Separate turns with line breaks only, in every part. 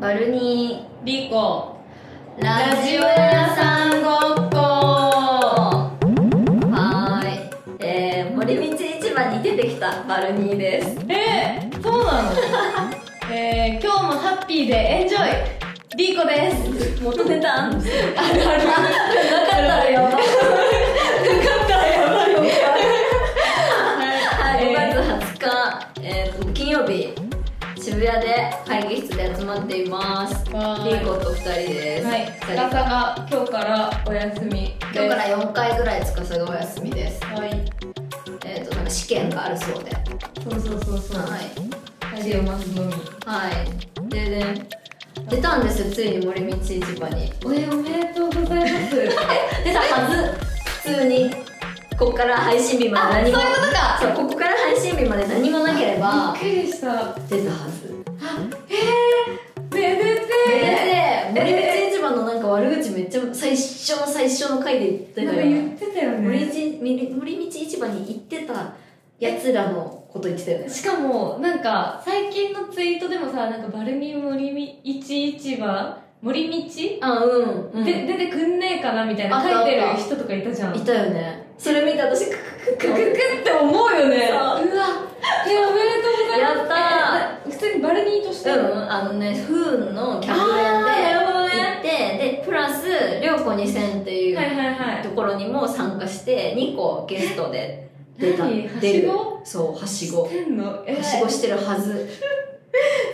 バルニ
リコ
ーラジオ屋さんごっ
っこ
こはーい、えー、森道市場に出てきたバルニーです
えー、そうなのえー、今日もハッピーでエンジョイリコです
元ネタあんなか
あるある
ったらやばい
やばいよ
はい、
えー
5月20日、えーと金曜日渋谷で会議室で集まっていますリ
わーい
ーコと2人です、
はい
二人
司が今日からお休みです
今日から4回ぐらい司がお休みです
はい
えっ、となんか試験があるそうで
そうそうそうそう
はい
恥を待つのみ
はいでね出たんですよついに森道市場に
おえおめでとうございます
出たはず普通にここから配信日まで何も
あそういうことか
そうここから配信日まで何もなければ
びっくりした
出たはず
めでて
で森口市場のなんか悪口めっちゃ最初の最初の回で言って
な
た
ん
か
から言ってたよ
森
ね
口森森道市場に行ってたやつらのこと言ってたよね
しかもなんか最近のツイートでもさなんかバルミ森み一市場森道、
あうん、うん、
で出てくんねえかなみたいな
あった
書いてる
あった
人とかいたじゃん
いたよねそれ見て私ククク
クク
ク
ク
ク
って思うよね
そう
うわねおめでとうございます
や
えな普通にバルニーとして
うん、あのね、不運のキャンプ屋
あーなるほど
で行って、で、プラス、りょうこ2000ってい
はいうはいはい
ところにも参加して、2個ゲストで出た。
何
出る
はしご
そう、はしご。
天のえ
はしごしてるはず。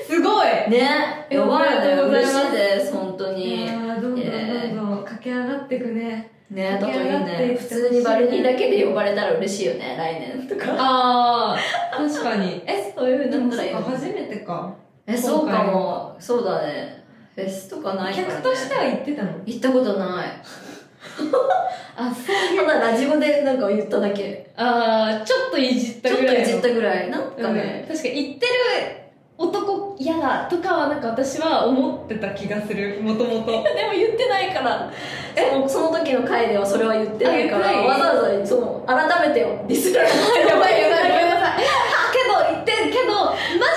すごい
ね、
え
やばいよね、
お
嬉
めでとうござい
し
ま
い
す
です、本当
い
に
や。ーどんどんど
え
んどん駆け上がってくね
ね、だといい
盛り上がってい
ね。
って
普通にバルニーだけで呼ばれたら嬉しいよね、来年とか。
ああ確かにえ
そういう
で
風に
も
なった
そ
らい
っ
い
か
よね。
初めてか
え、そうかも。そうだね。フェスとかないから、ね。
客としては行ってたの
行ったこと ない。
あそう
ただラジオでなんか言っただけ。
あーちょっといじっ
ち
た
ょっと
ぐらい
い
の
じったぐらいなんか
うん
ね、
確かに言ってる男嫌だとかはなんか私は思ってた気がするもとも と
でも言ってないからそのその時の回ではそれは言ってないか
あ
ら
言ってな
わ
い
ざわざそう改めてよディスられたやばいやばいやばい
さいけど言ってるけどマ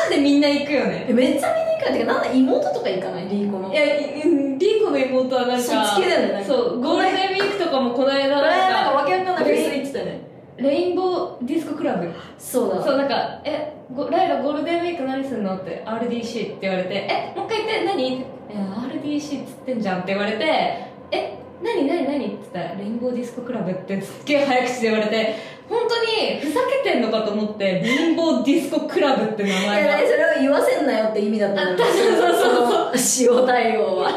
ジでみんな行くよね
えめっちゃ見に行くからてかなんだ妹とか行かないリーコの
いやいうんリンコの妹はなんか
そっち系だよねなんか
そうゴールデンウィークとかもこの間
これなん
なん
か
か
わけわかんないフェス行ってたよね
レインボーディスコクラブ
そうだ
そうなんか「えごライラゴールデンウィーク何すんの?」って「RDC」って言われて「えもう一回言って何?」いや RDC っつってんじゃん」って言われて「え何何何?」って言ったら「レインボーディスコクラブ」ってすっげえ早口で言われて本当にふざけてんのかと思って「レインボーディスコクラブ」って名
い
前が
や それを言わせんなよって意味だったんだけど
あそう
その塩対応は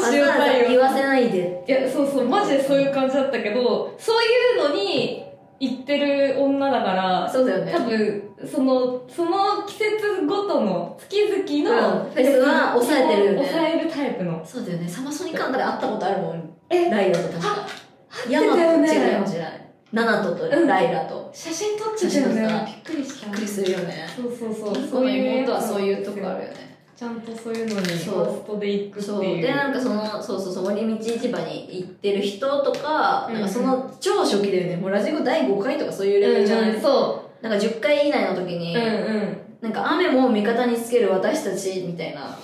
超塩対応
言わせないで
いやそうそうマジでそういう感じだったけどそういうのに行ってる女だから
そうだよね
多分そのその季節ごとの月々の、
うんフェスは抑えてるよね
抑えるタイプの
そうだよねサマソニカンダで会ったことあるもん
え
ライラと確か
合ってたよね
ヤマト違う違うナナトとライラと
写真撮っちゃった
写真
よ
撮った
ねびっくりした
びっくりするよね
そうそうそ
そうう
そういうやつ
妹はそういうとこあるよね
ちゃんとそういうのに
そ
ホ
う
ストで行くって
そう
いう
でなんかそのそうそうそう森道市場に行ってる人とか,、
うん
なんかその超初期だよねもうラジオ第5回とかそういうレベルじゃない、
うんうんそ
なんか10回以内の時に、
う、うんうん
なんか雨も味方につける私たちみたいな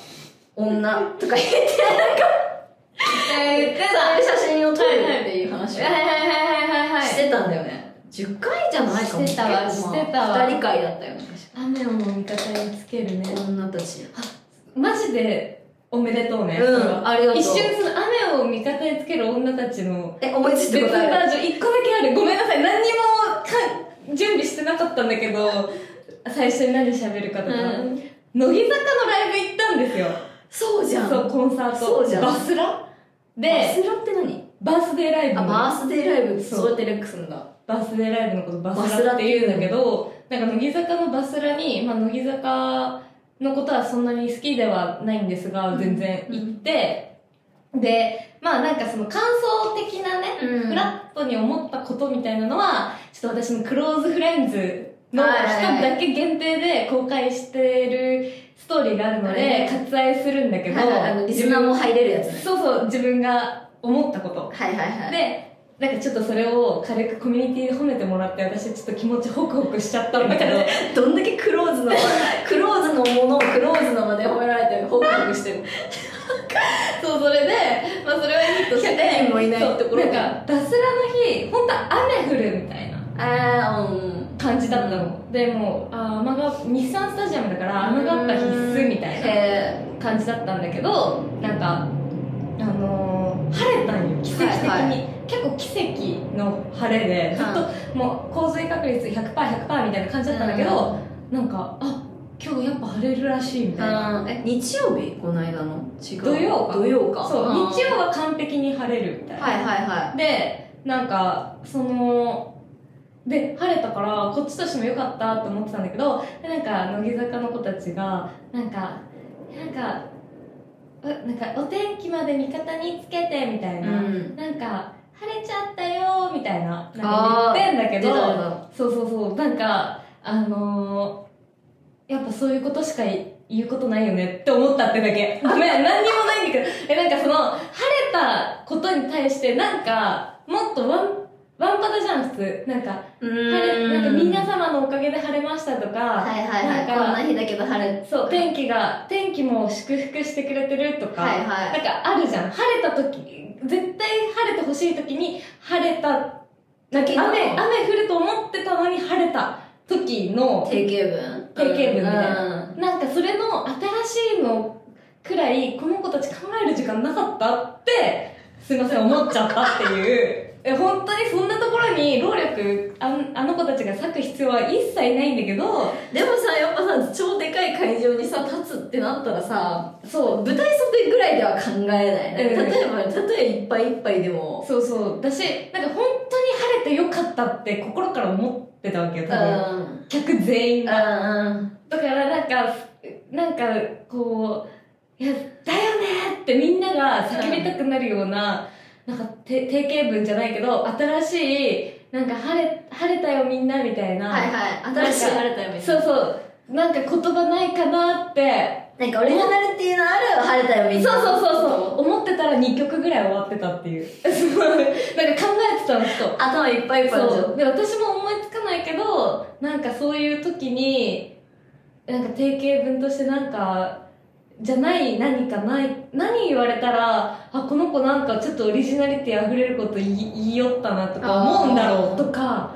女とか言って
え
でそういう写真を撮るっていう話を
はいはいはいはいはい
してたんだよね10回じゃないかも
してたわ
結構まあ
してたわ
二人会だったよね
雨を味方につけるね
女たち
マジでおめでとうね、それは
ありがとう
一瞬その雨を味方につける女たちの
え思いつい
別
て
バ
答え
ージョン1個だけあるごめんなさい何にもか準備してなかったんだけど最初に何喋るかとか、
うん
乃木坂のライブ行ったんですよ
そうじゃん
そうコンサート
そうじゃん
バスラ
バ
で
スラって何
バースデーライブ
あバースデーライブって
そう
そうやってレックすんだ
バースデーライブのことバ
バ
ス
スラ
ラ
っ
ってて
言
言
う
うんん
だ
だけどなんか乃木坂のバスラに、まあ、乃木坂のことはそんなに好きではないんですが全然行って、でまあなんかその感想的なね、
うん
フラットに思ったことみたいなのはちょっと私のクローズフレンズの人
はいはいはい
だけ限定で公開してるストーリーがあるの
はいは
で
い
割愛するんだけど、
はいはいあのリスナーも入れるやつね
そうそう自分が思ったこと
はいはいはい
でなんかちょっとそれを軽くコミュニティで褒めてもらって私ちょっと気持ちホクホクしちゃったんだけど
どんだけクローズ のクローズのものをクローズのまで褒められて報告して る
そうそれで、まあ、それはいいとして
100人もいない
そう
ところ
なん
に
かダスラの日本当雨降るみたい
あ
な
あうん
感じだったの、でもうあー雨が日産スタジアムだから雨があった必須みたいな
へー
感じだったんだけどなんかあのー晴れたんよ奇跡的に、
はいは
結構奇跡の晴れでずっと、もう洪水確率 100%100% みたいな感じだったんだけど、なんかあ今日やっぱ晴れるらしいみたいな、
あーえ日曜日この間の違う
土曜か
土曜か
そう
あー
日曜は完璧に晴れるみたいな、
はいはいは
でなんかそので晴れたからこっちとしても良かったと思ってたんだけどでなんか乃木坂の子たちがなんかなんかうなんかお天気まで味方につけてみたい
い
な、
ん
なんか晴れちゃったよみたいななんか言ってんだけ
出た
ど
な
そうそうそうなんかあのーやっぱそういうことしか言うことないよねって思ったってだけごめん何にもないんだけどえなんかその晴れたことに対してなんかもっとワンワンパタじゃん普通なんか
う
晴れなんか
みん
皆様のおかげで晴れましたとか、
はいはいはい
な
こ
んか
んな日だけど晴れ
そう天気が天気も祝福してくれてるとか、
はいは
なんかあるじゃん晴れた時絶対晴れてほしい時に晴れたなんか
時の
雨雨降ると思ってたのに晴れた時の
定型文
定型文みたいな
うん
なんかそれの新しいのくらいこの子たち考える時間なかったってすいません思っちゃったっていう え本当にそんなところに労力あんあの子たちが割く必要は一切ないんだけど
でもさやっぱさ超でかい会場にさ立つってなったらさ
そう
舞台袖ぐらいでは考えない、ね
うん
例えば例えばいっぱいいっぱいでも
そうそうだしなんか本当に晴れてよかったって心から思ってたわけよ
う
多分
ん
客全員が
うん
だからなんかなんかこう「いやだよね!」ってみんなが叫びたくなるようななんかて定型文じゃないけど新しいなんか晴れ「晴れたよみんな」みたいな、
はいはい新しい晴れたよみたい
そう
な
そうなんか言葉ないかなって
なんかオリジナリティのある晴れたよ
そ
み
う
たいな
そうそうそう思ってたら2曲ぐらい終わってた っていうすごいなんか考えてたのずっと
頭いっぱいいっぱいあるじゃ
そうで私も思いつかないけどなんかそういう時になんか定型文としてなんかじゃない何かない何言われたらあこの子なんかちょっとオリジナリティ溢れること言い言いよったなとか思うんだろうとか
ん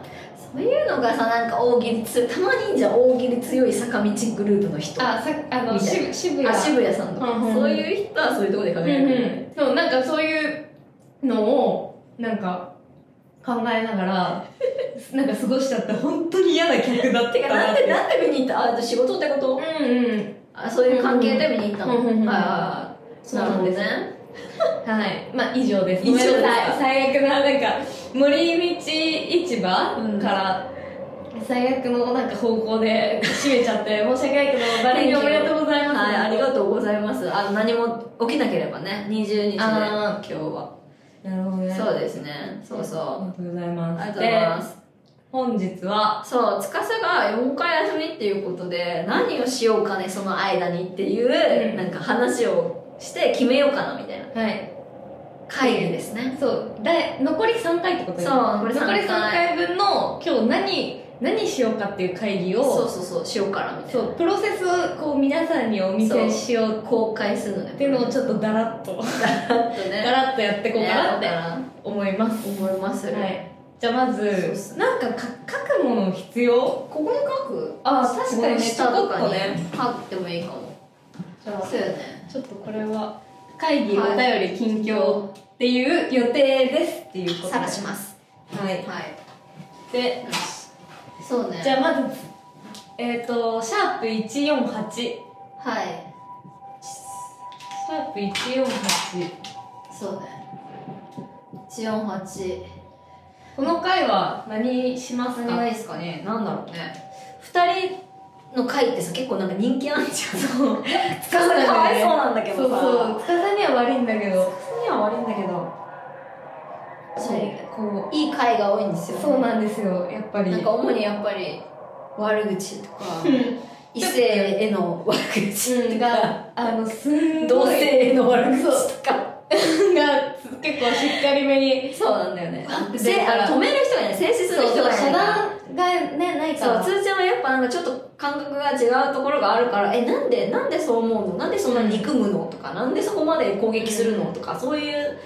そういうのがさなんか大喜利つたまにいいじゃん大喜利強い坂道グループの人
あさあの
みたい
渋渋谷
あ渋谷さんとか、
うんうん
そういう人はそういうとこで考えるよね、
うんうん、そうなんかそういうのをなんか考えなが らなんか過ごしちゃって本当に嫌な客だってた
か
な
な
っ
ん
て
でなんで見に行ったあ仕事ってこと、
うんうん
あそういう関係で見に行ったの、
うんうんうん
はいはいはい
そうなんです
ね
はい、まあ以上です。
以上です
ごめんなさい最悪ななんか森道市場
うん
から、最悪のなんか方向で締めちゃって 申し訳ないけど誰にもおめでとうございます。
はいありがとうございますあの何も起きなければね20日で今
あ
日は
なるほどね。
そうですねそう
あり
そ
がとうございうます。
ありがとうございます
で本日は
そう司が4回休みっていうことで何をしようかねその間にっていう、
うん
なんか話をして決めようかなみたいな
はい、
会議ですね
そうだい残り三回ってことです
そうこれ
残り
3
三
回
回分の今日何何しようかっていう会議を
そうそうそうしようからみたいな
そうプロセスをこう皆さんにお見せしよう
公開するのね
っていうのをちょっとだらっと。
ょっと
ガ
ね
ラッとやっていこうかなっ
や
て
ろうかな
思います。
思います、
はい。じゃあま
そうっす
ず、なんかか書くもの必要
ここに書く
あ
下
ちょ
と
こっ
か
と
に
ね。
貼ってもいいかも
じゃ
そうよね
あ、ちょっとこれは、会議、お
は
便り、近況っていう予定ですっていうことで。
探します
はい。
はい
で、
そうね
じゃあまず、えっと、シャープ148。シ
はい
ャープ148。
そうね148
この回は何します
何
か
がいいですかねなんだろうね2人の回ってさ結構なんか人気なんじゃんそう
うなんだよね
かわいそうなんだけ
そう
どさ
そう。塚田には悪いんだけど。
には悪いんだけどそう
こ
いい回が多いんです
う
よ
そうなんですよやっぱり
なんか主にやっぱり悪口とか
う
異性への悪口
ん
とか
があのすんごい
同性への悪口とか
が結構しっかりめに
そうなんだよね
あ
せ
だから
あの止める人がいない制止する
そう
人
そう
がいな
遮
いから
断がねないか
そ
ら
うつーちゃんはやっぱなんかちょっと感覚が違うところがあるからえなんでなんでそう思うのなんでそんなに憎むのとかなんでそこまで攻撃するのとかそういう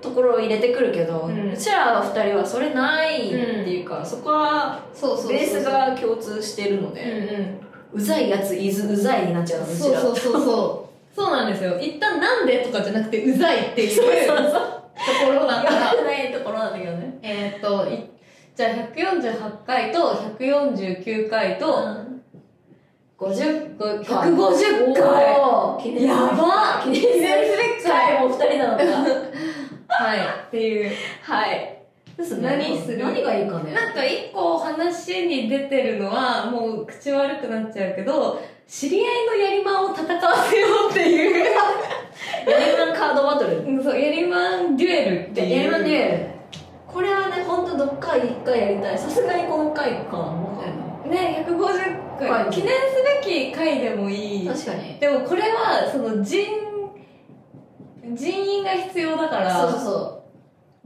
ところを入れてくるけど、
う
うんちら2人はそれないっていうか、そこは
そうそうそう
ベースが共通してるの
うん
で、
うん
うざいやついずうざいになっちゃうのうちら
そうそうそうそうそうなんですよ一旦なんでとかじゃなくてうざいっていうと
そうそう
ころだから
言わないところなんだけどね
えーっといじゃあ148回と149回と
50
150回
回
やば
記念すべき 回も2人なのか
はいっていう
はい。ですね
何する
何がいいかね。
なんか一個話に出てるのはもう口悪くなっちゃうけど知り合いのやりまんを戦わせようっていう
やりまんカードバトル。
うん そう、やりまんデュエルっていう。
やりまんデュエル。これはね、ほんとどっか一回やりたい。さすがにこの回かな。
ね、150回、
はい
記念すべき回でもいい。
確かに。
でもこれは、その人、人員が必要だから、
そうそうそ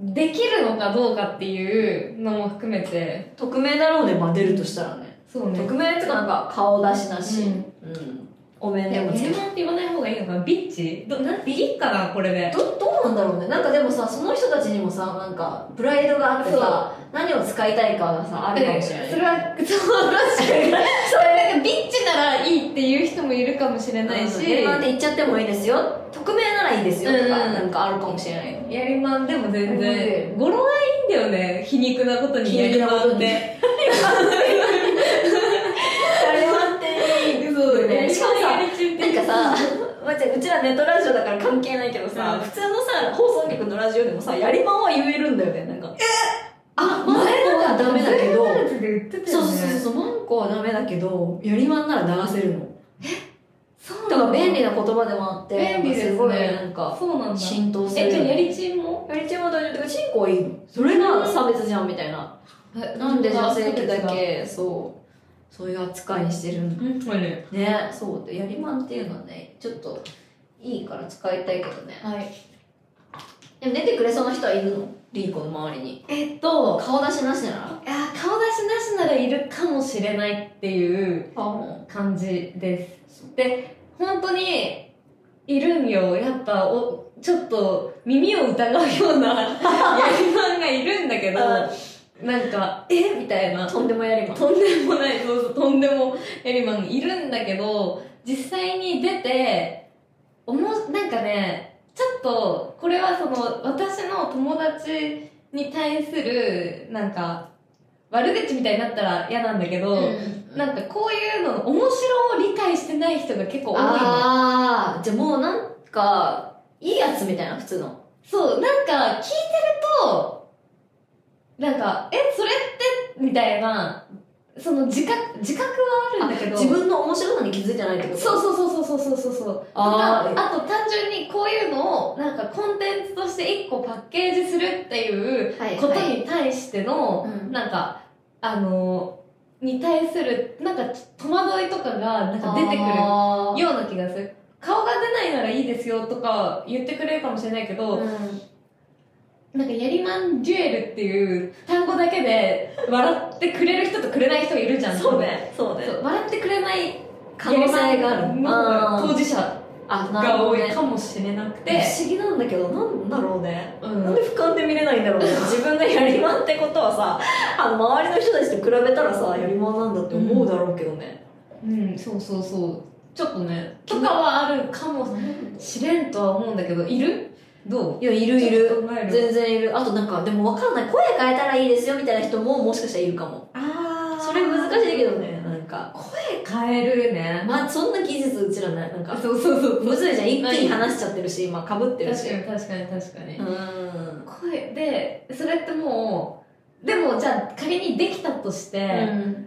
できるのかどうかっていうのも含めて、
う。匿名だろうね、まあ出るとしたらね。
そうね。
匿名っていうかなんか顔出しなし。
うん
うん。お面
で
で
も
もつ
や
け
りまんって言わない方がいいのかなビッチど、なん、ビリッかなこれで。
どどうなんだろうねなんかでもさその人たちにもさなんかプライドがあってさ何を使いたいかがさあるかもしれない
それは、そう、確かに。それなんかビッチならいいっていう人もいるかもしれないし、
電話で言っちゃってもいいですよ匿名ならいいですよとか、
うん
なんかあるかもしれないよ
やりまんでも全
やりまんで
然語呂はいいんだよね皮肉なことにやりまんって
誰もって
そう
ね
しかも
や
さ
りなんかさまあじゃあうちらネットラジオだから関係ないけどさ、
うん
普通のさ放送局のラジオでもさやりまんは言えるんだよねなんかえあマンコ
前
はダメだけど
そうそ
そうそう
うそう
そうマンコはダメだけどやりまんなら流せるの
そう
だから便利
だ
な言葉でもあって
便利ですね
ごいなんか
そうなんだ
浸透する
えじゃあやりちんも
やりちんは大丈夫だからチンコはいいのそれが差別じゃんみたいななんで女性器だけそうそういう扱いにしてるんだ
うんそうね
ねそうでやりまんっていうのはねちょっといいから使いたいけどね
はい
でも出てくれそうな人はいるのリーコの周りに
えっと
顔出しなしなら
いや顔出しなしならいるかもしれないっていう
あも
感じですで本当にいるんよやっぱおちょっと耳を疑うような やりまんがいるんだけど
あ
なんかえみたいな
うとんでもやりまん
とんでもないそうそうとんでもやりまんいるんだけど実際に出ておもなんかねちょっとこれはその私の友達に対するなんか悪口みたいになったら嫌なんだけど、
なん
なんかこういうのの面白を理解してない人が結構多いの。
ああじゃあもうなんかいいやつみたいな普通の
そう、なんか聞いてると、なんか、え、それって、みたいな、その自覚、自覚はあるんだけど、
自分の面白さに気づいてないってこと
そうそうそうそうそうそうそう。
あ
と
ー
かあと単純にこういうのを、なんかコンテンツとして一個パッケージするっていう
はい
こと
はい
に対しての、
うん
なんか、あの、に対する、なんか戸惑いとかが、なんか出てくる
あー
ような気がする顔が出ないならいいですよとか言ってくれるかもしれないけど、
うん
なんかやりまんデュエルっていう単語だけで笑ってくれる人とくれない人がいるじゃん
そうねそうね
そう笑ってくれない
可能性がある
まあ
あー
当事者
あなる
が
ほ
多
どね
いかもしれなくて
不、思議なんだけどなんだろうね、
うん
なんで俯瞰で見れないんだろうね自分がやりまんってことはさあの周りの人たちと比べたらさやりまんなんだって思うだろうけどね、
うん、そうそうそうちょっとねとかはあるかもしれんとは思うんだけどいるどう
いやいるい
ちょっ
る
と考える
全然いるあとなんかでも分かんない声変えたらいいですよみたいな人ももしかしたらいるかも
あ
それ難しいけどねなんか
変えるね、
まあそんな技術うちらないなんか
そうそうそう
むずいじゃん一気に話しちゃってるし今かぶってる
確
し
かに確かに確かに、
うん
声でそれってもうでもじゃあ仮にできたとして、
うん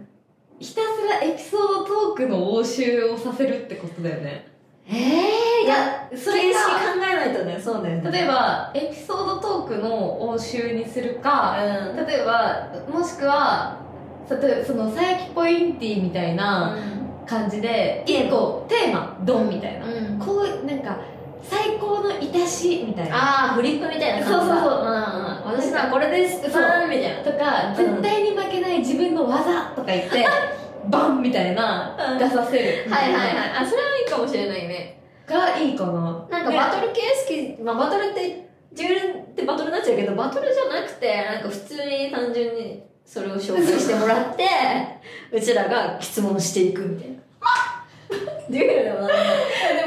ひたすらエピソードトークの応酬をさせるってことだよね
ええー、いやそ
そ
れ
れ
形式
が
考えないとねそうだよね
例えばエピソードトークの応酬にするか
うん
例えばもしくは例えばそのさやきポインティみたいな感じで
うん
一個テーマドンみたいな、
うん
こうなんか最高の至出しみたいな
ああフリップみたいな感じだ
そうそうそうん
ん、私はこれです
そう
パーンみたいな
とか
うん
絶対に負けない自分の技とか言ってバンみたいな
うん
出させるみ
は
た
い
いな
はいはいあそれはいいかもしれないね
がいいかな
なんか
ね
バトル系好き、まあ、バトルって自分ってバトルになっちゃうけどバトルじゃなくてなんか普通に単純にそれを紹介してもらって うちらが質問していくみたいなデュエ ルでもなんか
で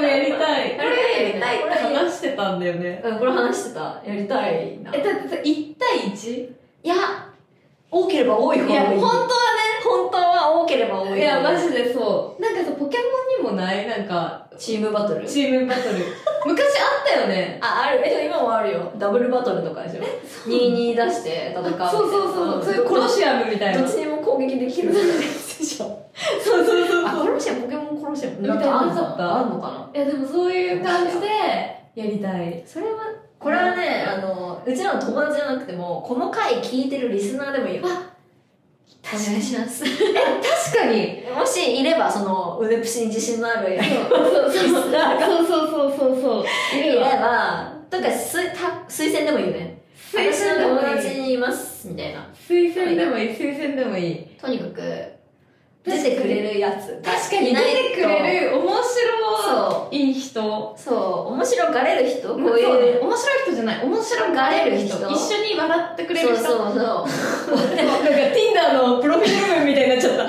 もやりたい
これやりたい
これ話してたんだよね
うんこれ話してたやりたいな
えだってさ1対 1?
いや多ければ多い方
い
が
や
いい
本当は
本当は多ければ多い方が
ね
い
い
い
やマジでそうなんかさポケモンにもないなんか
チームバトル
チームバト ル昔あったよね
ああるえでも今もあるよダブルバトルとかでしょ22出して戦うみたいな
そうそうそうそうい
ん
うコロシアムみたい
ど
な
っち
そう
にも攻撃でき るでしょ
そうそうそう
あコロシアムポケモンコロシアム
みたいなのなかった
あんのかない
やでもそういう感じでやりたい
それはこれはねあのうちらの友達じゃなくてもこの回聞いてるリスナーでもいいよお
確か
願い
に
します
確かに
もしいればその腕プシに自信のある
そうそうそうそうそうそう
リ
そうそうい
い
る
れ
わ
ばとかすた推薦でもいいよね
推
私
薦で
の
も
友達
いい
にいますみたいな
推薦でもいい推薦でもいい
とにかく出てくれるやつ
確かに
いない
出てくれる面白
そ
いい人
うそう面白がれる人こう
そ
いう
ね面白い人じゃない面白がれる人
面白がれる人
一緒に笑ってくれる
そう
人
そう そう
なんか Tinder のプロフィール文みたいになっちゃった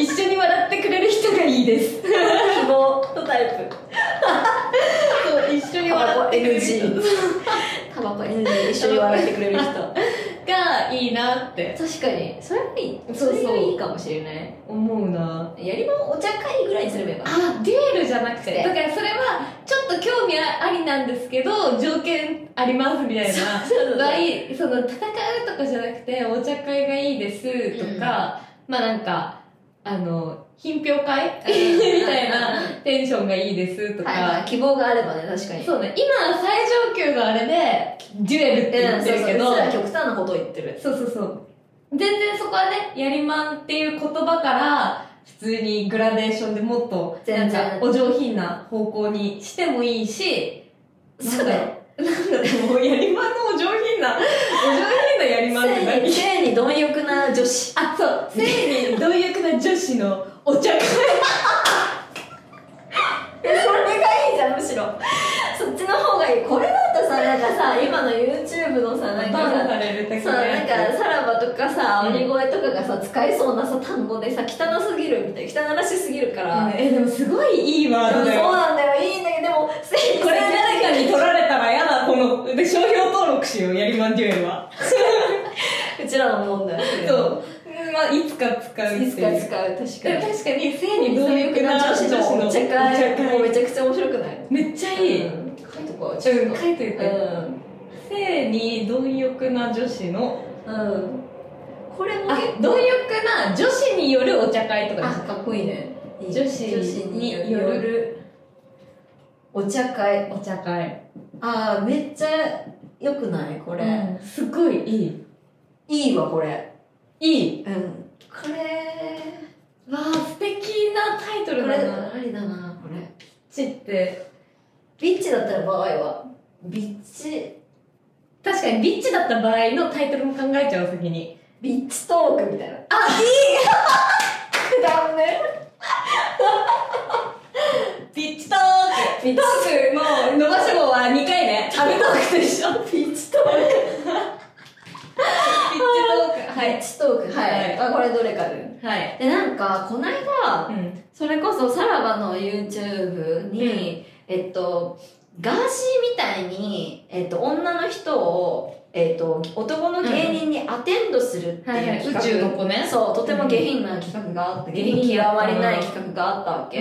一緒に笑ってくれる人がいいです
希望のタイプ
そう一緒に笑ってくれる人
タバコ NG タバコ NG 一緒に笑ってくれる人 確
がいいなって
かにそれはいい
そうそう
れがいいかもしれない
思うな
やり場をお茶会ぐらいにすればいいかな
あデュエルじゃなくて
で
だからそれはちょっと興味ありなんですけど条件ありますみたいな
そう
場合その戦うとかじゃなくてお茶会がいいですとか、まあなんかあの品評会みたいな
は
テンションがいいですとか、
いはい希望があればね確かに
そうね今最上級のあれでデュエルって
う
言
ん
っ
そ
て
う
る
そう
け
う
ど、
ちら極端なことを言ってる
そうそうそう。全然そこはね、やりまんっていう言葉から、普通にグラデーションでもっと、な
全
ん
然
か、お上品な方向にしてもいいし、
そうだよ
なんだろう、もうやりまんのお上品な、お上品なやりまんって
性に
何
性に貪欲な女子
あ、そう、性に貪欲な女子のお茶会。
それがいいじゃんむしろそっちの方がいいこれだとさなんかさ今の YouTube のさなんか
バン
さ
される的
さなんか
や
さらばとかさ
うん
鬼越とかがさ使えそうなさ単語でさ汚すぎるみたいな汚らしすぎるから、
つうんえ、でもすごいいいワ
そ
ー
う
ドだよ。
なんだよいいんだけどでもせい
これ誰かに取られたら嫌だ、この、で、商標登録しよう、やりまんデュエルは。
うちらのもんだよ
そう、うんまあ、いつか使うっていう。
いつか使う確
で
か
も
に
確かに性に
貪
貪欲
欲
な
な
女
女
子
子
の
の
お
お
茶
茶
会
会もうめちゃくちゃ面白くない
めっちゃいい、
うん書いとこうちょっと
うん、書いというてる、
ん
性に貪欲な女子の
うんこれも
あ
結構
貪欲な女子によるお茶会とか
あかっこいいね
女子による
お茶会
お茶会
ああめっちゃよくないこ
こ
れ、
すごいいい
いいわこれ
いい
うんこれ
わあ素敵なタイト
こ
ル
れ
だ
あ
な
りだなこれ
チって
ビッチだったら場合はビッチ
確かにビッチだった場合のタイトルも考えちゃう先に
ビッチトークみたいなあ いいくだんね
ビッチトー
ビッチ
トークの伸ばし棒は2回ねアメトークと一緒
ビッチトーク
ビッチトーク
はいビッチトークはい、
はい
あこれどれかで
はい、
でなんかこないだ
うん
それこそさらばの YouTube に、えっとガーシーみたいに、えっと、女の人を、えっと、男の芸人にアテンドするって
はい
い
は
う
い、
企
宇
画、
宙の子ね。
そうとても下品な企画があって、
ん
下品極まりない企画があったわけ、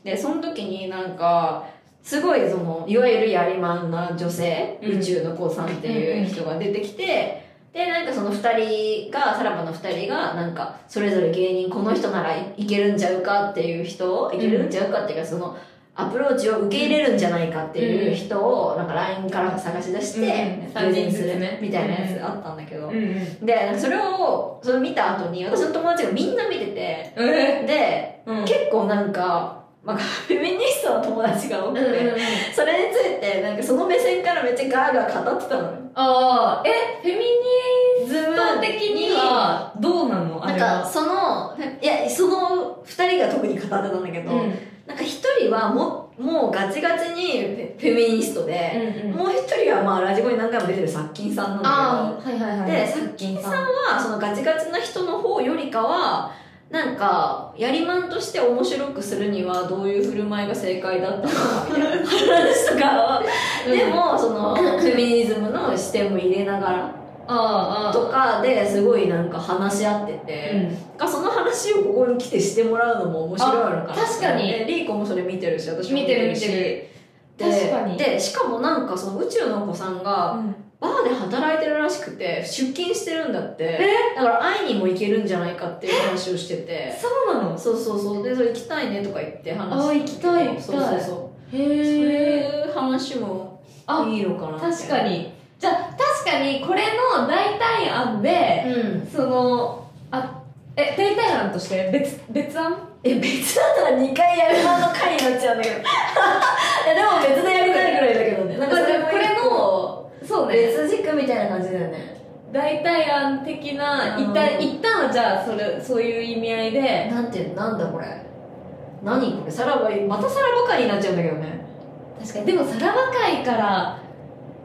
うん
でその時になんかすごいそのいわゆるやりまんな女性、
うん
宇宙の子さんっていう人が出てきて、でなんかその2人がさらばの2人がなんかそれぞれ芸人この人ならいいけるんちゃうかっていう人をいけるんちゃうかっていうかそのアプローチを受け入れるんじゃないかっていう人をなんか LINE から探し出して
うん
プレゼンする
三人ずつね
みたいなやつあったんだけど、
うんうん。
でそれをそれ見た後に私の友達がみんな見てて
え
で
うん。
結構なんかまあ、フェミニストの友達が多
う
く
ん
て、
うんうん
それについてなんかその目線からめっちゃガーガー語ってたのよ
ああえフェミニ
ズ
スト的にはどうなのあ
なん
れ
か
は
そのいやその2人が特に語ってたんだけど、
うん
なんか1人はももうガチガチにフェフェミニストで、
うんうん
もう1人はまあラジコに何回も出てる殺菌さんなんだ
ああはいはいはい
で
殺菌
けど、さんはそのガチガチな人の方よりかはなんかやりまんとして面白くするにはどういう振る舞いが正解だったのかみたいな話とかを でもそのフェミニズムの視点も入れながら
ああ
とかですごいなんか話し合ってて、がその話をここに来てしてもらうのも面白いのかな
あ確かに
でリーコもそれ見てるし私も
見てる見てる
で
確かに
でしかもなんかその宇宙の子さん
る、
が
うん
バーで働いてるらしくて出勤してるんだって
え
だから会いにも行けるんじゃないかっていう話をしてて
そうなの
そうそうそうでそれ行きたいねとか言って話
あ行きたい行きたい
そうそうそうそう
へえ
いう話も
あ
いいのかなって
確かにじゃあ確かにこれの代替案で、
うん
そのあえ代替案として別別案
え別だったら2回やるまの回になっちゃうんだけど いやでも別でやりたいぐらいだけどねなんかそれも
これ
も
そうね
別軸みたいな感じだよね
代替案的な
うん
一旦一旦はじゃあそれそういう意味合いで
なんてなんだこれ何これさらばまたさらばかりになっちゃうんだけどね
確かにでもさらば界から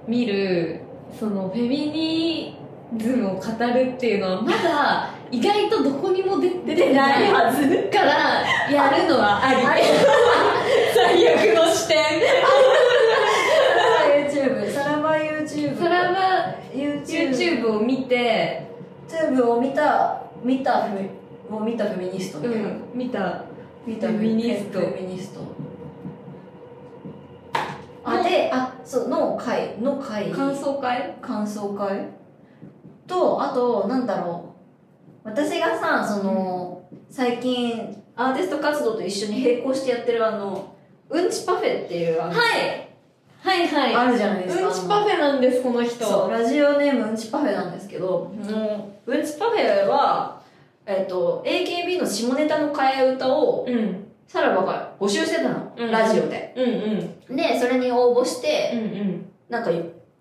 見るそのフェミニズムを語るっていうのはまだ意外とどこにも出出てない
はず
からやるのはあり
あれ
最悪の視点
さらば YouTube さらば YouTube
さらば
YouTube
YouTube を見て、
YouTube を見た見たフェミもう見たフェミニストみたいな、
見た
見た
フェミニスト
フェミニストあであそうの回の回
感想会
感想会とあとなんだろう私がさその、最近アーティスト活動と一緒に並行してやってるあのうんちパフェっていうあの
はいはいはい
あるじゃないですか
うんちパフェなんですこの人
そうラジオネームうんちパフェなんですけど、うん、うんちパフェは、えっと AKB の下ネタの替え歌を
うんうん
さらばが募集してたの、
うん
ラジオで
うん
でそれに応募して、
うん
なんか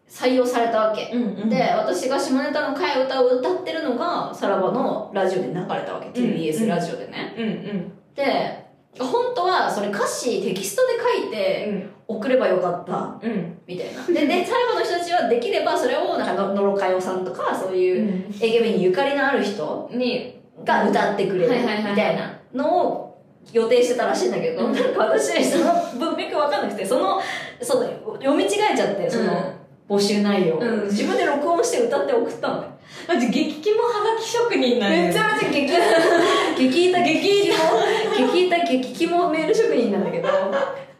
採用されたわけ、
うんうん
で私が下ネタの替え歌を歌ってるのがさらばのラジオで流れたわけ、
う
TBS
ん
ラジオでね、
うんうん
で本当はそれ歌詞テキストで書いて送ればよかった
うん
みたいなででさらばの人たちはできればそれをなんかののろかよさんとかそう
う
いう、
ん
AKB にゆかりのある人
に
が歌ってくれる
は
み
いはいはいはい
たいなのを予定してたらしいんだけど、
うん
なんか私その文脈わかんなくてそのその読み違えちゃってその、募集内容、
うん
自分で録音して歌って送ったのね
マジ激キモはがき職人なん
めちゃめちゃ激激イタ激イタ激イタ激キモメール職人なんだけど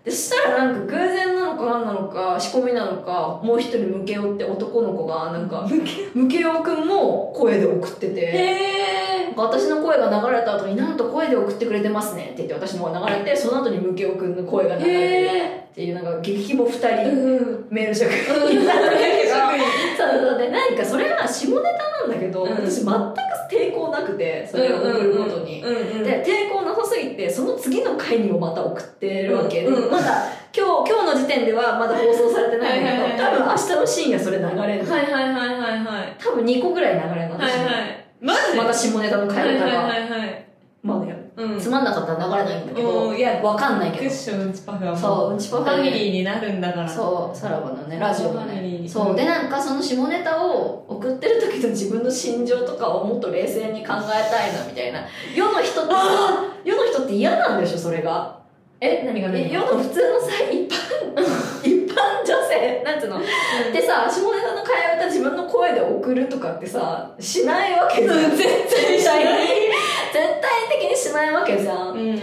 でそしたらなんか偶然なのか何なのか仕込みなのかもう一人ムケオって男の子がなんかムケオくんも声で送ってて
へえ
なんか私の声が流れた後になんと声で送ってくれてますねって言って私の方が流れてその後にムケオくんの声が流れてる
へえ
っていうなんか激キモ2人
うん
メール職人
うん
なんだけど
職人
そうそうでなんかそれは下ネタなんだけど、
うん
私全く抵抗なくてそれを送ることに、
うんうんうん
で抵抗なさすぎてその次の回にもまた送ってるわけ、
うんうん
まだ今日今日の時点ではまだ放送されてないんだけど多
はいはいはい
分明日の深夜それ流れるの
はいはいはいはいはい
多分2個ぐらい流れるの私
はいはいマジ
また下ネタの
は
回
い
とか
はい
が
はいはい
まあね
うん
つまんなかったら流れないんだけど
うんいや
わかんない
ク
け
ッ
ど
ションうんちパフェはもう
そううんちパ
フ
フェ
ァミリーになるんだから
そうさらばのねラジオの
ファミリー
ね
に
そうでなんかその下ネタを送ってる時の自分の心情とかをもっと冷静に考えたいなみたいな世の人ってさ世の人って嫌なんでしょそれが
え何が
え
何
世
が
の普通のさ一般一般女性なんつうのでさ下ネタの替え歌自分の声で送るとかってさしないわけじゃん
うん絶対しない
絶対的にしないわけじゃん
うんうんうんう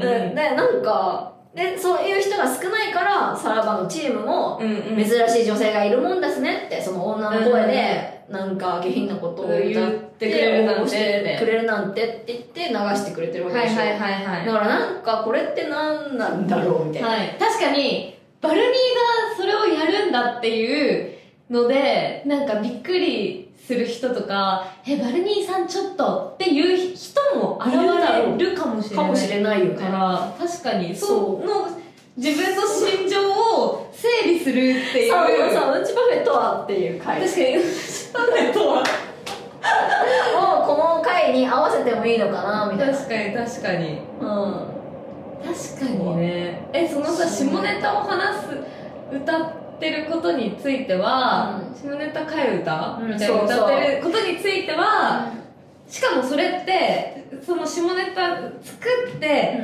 で
ん
なんかでそういう人が少ないからさらばのチームも
うん
珍しい女性がいるもんですねってその女の声でなんか下品なことを歌って
言ってくれるなん
応募して
て
くれるなんてって言って流してくれてるわけ
は
で
い
しょ、
はいはいはい
だからなんかこれって何なんだろうみたいな、
はい、確かにバルニーがそれをやるんだっていうので、なんかびっくりする人とか、え、バルニーさんちょっとっていう人も現れるかもしれ
か
ない。
もしれないよ
だか
ね
ら、確かに、
そう
その、自分の心情を整理するっていう。
さあさあうんちパフェとはっていう回
確かに、なんだとは。
をこの回に合わせてもいいのかなみたいな
確かに、確かに。
うん
確かにねえそのさ
そ
下
う
ネタを話す歌ってることについては、
うん
下ネタ替え歌、
うん
みたいな
そうそう
歌ってることについてはしかもそれってその下ネタ作って、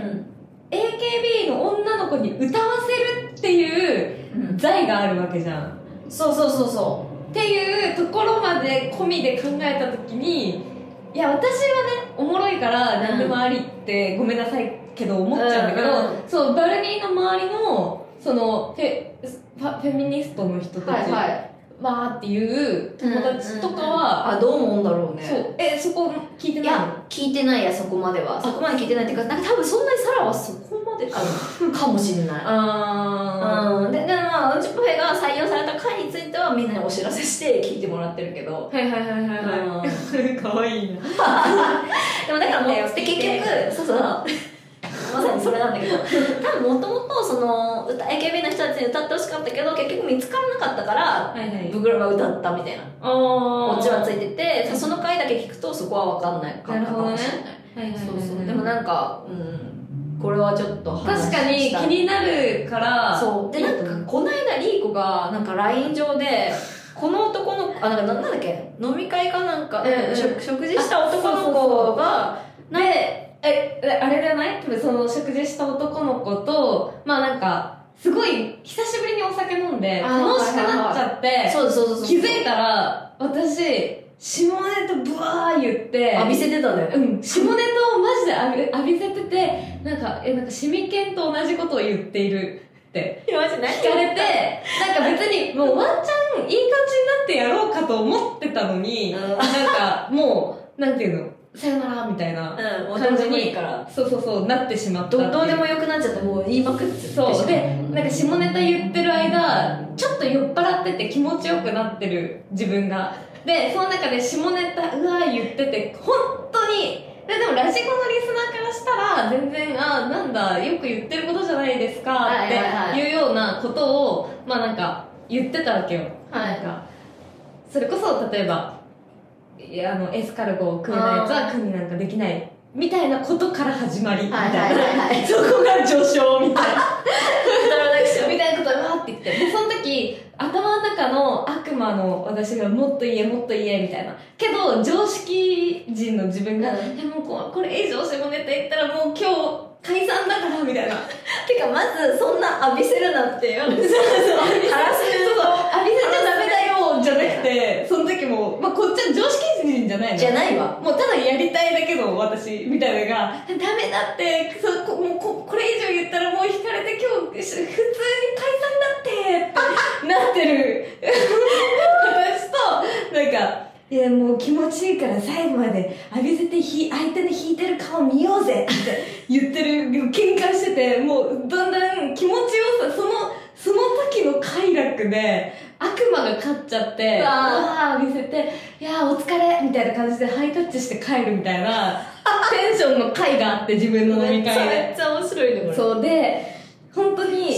AKB の女の子に歌わせるっていう
うん
財があるわけじゃん
そうそうそうそ
っていうところまで込みで考えた時にいや私はねおもろいから何でもありって、ごめんなさいけど思っちゃうんだけど、
うんう
そうバルニーの周りのそのフェファフェミニストの人
う
たち、
はいはい
わーっていう友達とかは、
あどう思うんだろうね
そうえそこ聞い
い
てないの
や聞いてないやそこまではそこまで聞いてないっていうかなんか多分そんなにサラはそこまでかなかもしれない
あ
うんででまあうんちパフェが採用された回についてはみんなにお知らせして聞いてもらってるけど
ーはいはいはいはいはいかわいいな
でもだからもうで結局そうそうまさにそれなんだ けど多分もともとその歌 AKB の人たちに歌ってほしかったけど結局見つからなかったから
はいはい
ブグラが歌ったみたいな
あ
オ
あ
チはついててその回だけ聞くとそこは分かんないかったかもしれない
はいはいはい
そ
は
う
い
そうでもなんかうんこれはちょっと話
確かに
したい
気になるから
そうで
いい
な
と思うん
かこの間リーコがなんか LINE 上でこの男の子あなんかななんだっけ飲み会かなんか、
うんうん
食食事した男の子が
でええあれじゃない多分その食事した男の子とまあなんかすごい久しぶりにお酒飲んで
あー
楽しくなっちゃって、
そうそうそうそう
気づいたら私下ネタブワー言って
浴びせてたんだよね
うん、下ネタをマジで浴び浴びせててなんかえなんかシミケンと同じことを言っているって
マジ何
聞かれてなんか別にもうワンチャンいい感じになってやろうかと思ってたのに、
うん
なんかもうなんていうのさよならみたいな
うんもうど
感
うで
じ
もいい
に
から
そうそうそうなってしまったってい
どどうでもよくなっちゃってもう言いまくって
そうでなんか下ネタ言ってる間ちょっと酔っ払ってて気持ちよくなってる自分がでその中で下ネタうわー言ってて本当にででもラジコのリスナーからしたら全然あーなんだよく言ってることじゃないですか
はいはいはい
っていうようなことをまあなんか言ってたわけよ、
はい
なんかそれこそ例えばいやあのエスカルゴを食うなやつは国なんかできないみたいなことから始まりみたいな、
はいはいはいはい
そこが序章みたいなみ
み
たいなことがわーって言ってでその時頭の中の悪魔の私がもっと言えもっと言えみたいなけど常識人の自分が、
うん
えもうここれ以上下ネタ言ったらもう今日解散だからみたいな
てかまずそんな浴びせるなって言われてハ ラスメント
浴びせちゃダメだよじゃなくてその時も、まあ、こっちは常識人じゃないの
じゃないわ
もうただやりたいだけの私みたいなのがダメだってそこもうここれ以上言ったらもう引かれて今日し普通に解散だってってなってる私となんかいやもう気持ちいいから最後まで浴びせてひ相手の引いてる顔見ようぜって言ってる喧嘩しててもうだんだん気持ちよさそのその時の快楽で悪魔が勝っちゃって
うわー
わー見せて「いやーお疲れ」みたいな感じでハイタッチして帰るみたいなテンションの回があって自分の飲み
めちゃ
会
め
で
ちゃ面白いねこれ
そうで本当に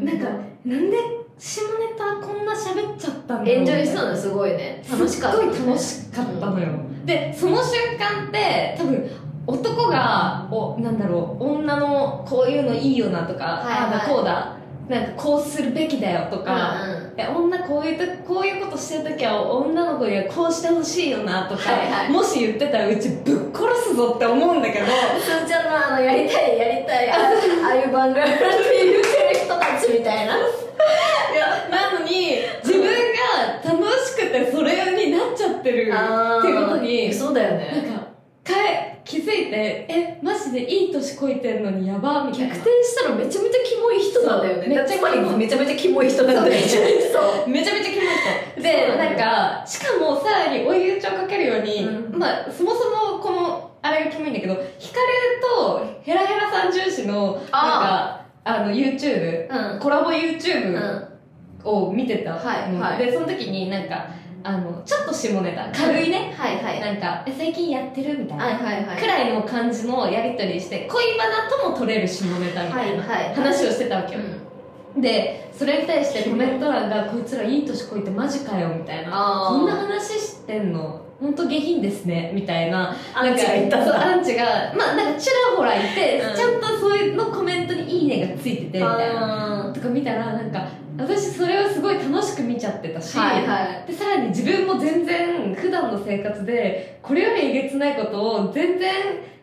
な
なんん
か
かなんで下ネタこんな喋っちゃったんだろう
エンジョイしたのすごいね楽しかった
すっごい楽しかったのよ、でその瞬間って多分男がおなんだろう女のこういうのいいよなと
い
か、
はい
ああだこうだなんかこうするべきだよとか、
うんうん
え女こういうとこういうことしてる時は女の子にはこうしてほしいよなとか、
はいはい
もし言ってたらうちぶっ殺すぞって思うん だけど
すーちゃんのあのやりたいやりたいあああいう番組って言ってる人たちみたいない
やなのに自分が楽しくてそれになっちゃってるって
あー
ことに
そうだよ
なん
ね
かかえ気づいてえマジでいい年こいてんのにやばみたい
逆
な
転したらめちゃめちゃキモい人なんだよね
そうめっちゃ
つまりめちゃめちゃキモい人なんだよね
そう
そう
めちゃめちゃ気 持ち
そ
で
うなん
なん
だ
かしかもさらに追い打ちをかけるように、
うん
まあそもそもこのあれがキモいんだけどヒカルとヘラヘラさん重視のなんかあの YouTube
うん
コラボ
う
YouTube
ん
を見てたの、
はいはい
でその時になんかあのちょっと下ネタ軽いね
はいはいはい
なんかえ最近やってるみたいな、
はいはいはい
くらいの感じのやり取りして恋バナとも取れる下ネタみたいな
はいはい
話をしてたわけ
う
よ、
ん
でそれに対してコメント欄が「こいつらいい年こいてマジかよ」みたいな「
あー
こんな話してんの本当下品ですね」みたいな
アンチが言ったん
そう
だ
アンチがまあなんかちらほらいて、
うん
ちゃんとそういうのコメントに「いいね」がついててみたいな
あ
とか見たらなんか私それをすごい楽しく見ちゃってたし、
ーはいはい
でさらに自分も全然普段の生活でこれよりえげつないことを全然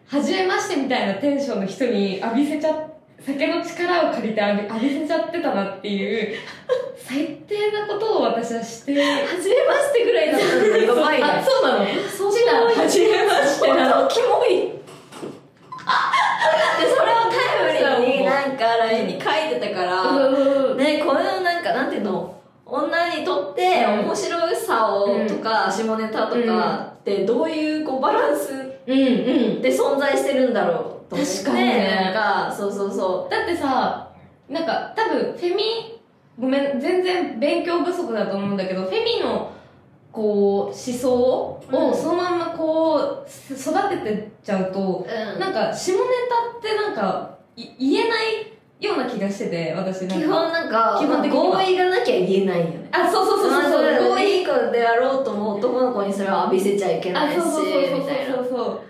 初めましてみたいなテンションの人に浴びせちゃ酒の力を借りて浴び浴びせちゃってたなっていう 最低なことを私はして
初めましてぐらいだったのにやばい
あ
ね
そうなの
そ
ちが初めましてなの
のキモい でそれをタイムリーになんか LINE に書いてたから、ねこれのなんかなんていうの女にとって
うん
面白さをとか、下ネタとかってどういうこうバランス
うんうん
で存在してるんだろうと思って
確かにね
なんかそうそうそ
だってさなんか多分フェミごめん全然勉強不足だと思うんだけどフェミのこう思想を
うん
そのままこうす育ててっちゃうと
う、うん
なんか下ネタってなんかい言えないような気がしてて私なん
基
か
本なんか
基本的には
合意がなきゃ言えないよね
あそうそうそうそう
まあ
そう
合意以降であろうとも男の子にそれは浴びせちゃいけ
あ
ないし
そうそうそうそう
みたいな
そうそう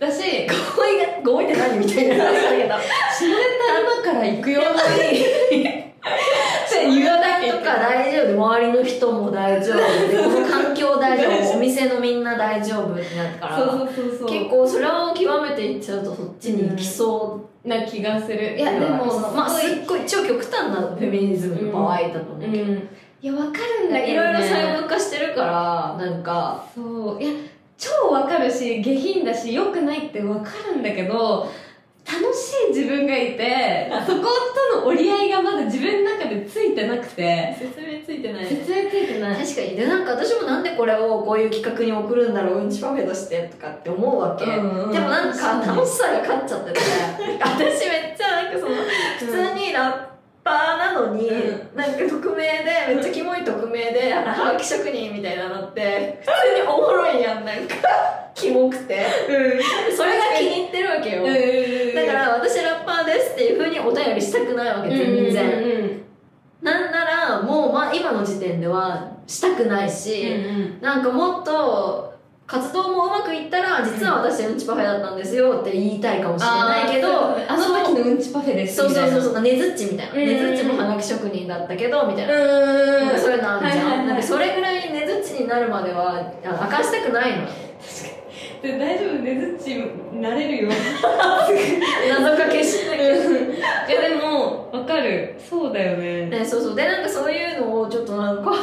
だし下ネ
合意が合意って何みたいな話 だけど
タ今から行く よって言わなきゃいけ
と
ない
か大丈夫周りの人も大丈夫この環境大丈夫お店のみんな大丈夫ってなったから
そうそうそうそう
結構それを極めていっちゃうとそっちに行きそう、
な気がする
いやでもまあ
す
す
ごい
っごい超極端なフェミニズムの場合だと思うけど、
うん、いやわかるんだけど、ね、
いろいろ細分化してるからなんか
そういや超わかるし下品だし良くないってわかるんだけど楽しい自分がいてそことの折り合いがまだ自分の中でついてなくて
説明ついてな
説明ついてない
確かにでなんか私もなんでこれをこういう企画に送るんだろううんちパフェとしてとかって思うわけ、
うんうん
でもなんか楽しさが勝っちゃ ってて私めっちゃなんかその普通にラッパーなのに、
う
なんか匿名でめっちゃキモい匿名であのハガキ職人みたいなのって普通におもろいやんなんか キモくてそれが気に入ってるわけよ、
うん
だから私ラッパーですっていうふうにお便りしたくないわけ全然、
全然
なんならもう、まあ、今の時点ではしたくないし、なんかもっと活動もうまくいったら実は私うんちパフェだったんですよって言いたいかもしれないけど
あの時のうんちパフェです
そう
み
そ
た
う
いな
そうそうねずっちみたいな
うん
ねずっちもはがき職人だったけどみたいな、
うん
そういうのあるじゃん,、
はいはいはい
なんかそれぐらいねずっちになるまではあ明かしたくない のよ
で大丈夫ねずっちなれるよ
謎かけしなきゃ
いやでもわかるそうだよね
ね、そうそうでなんかそういうのをちょっとなんか考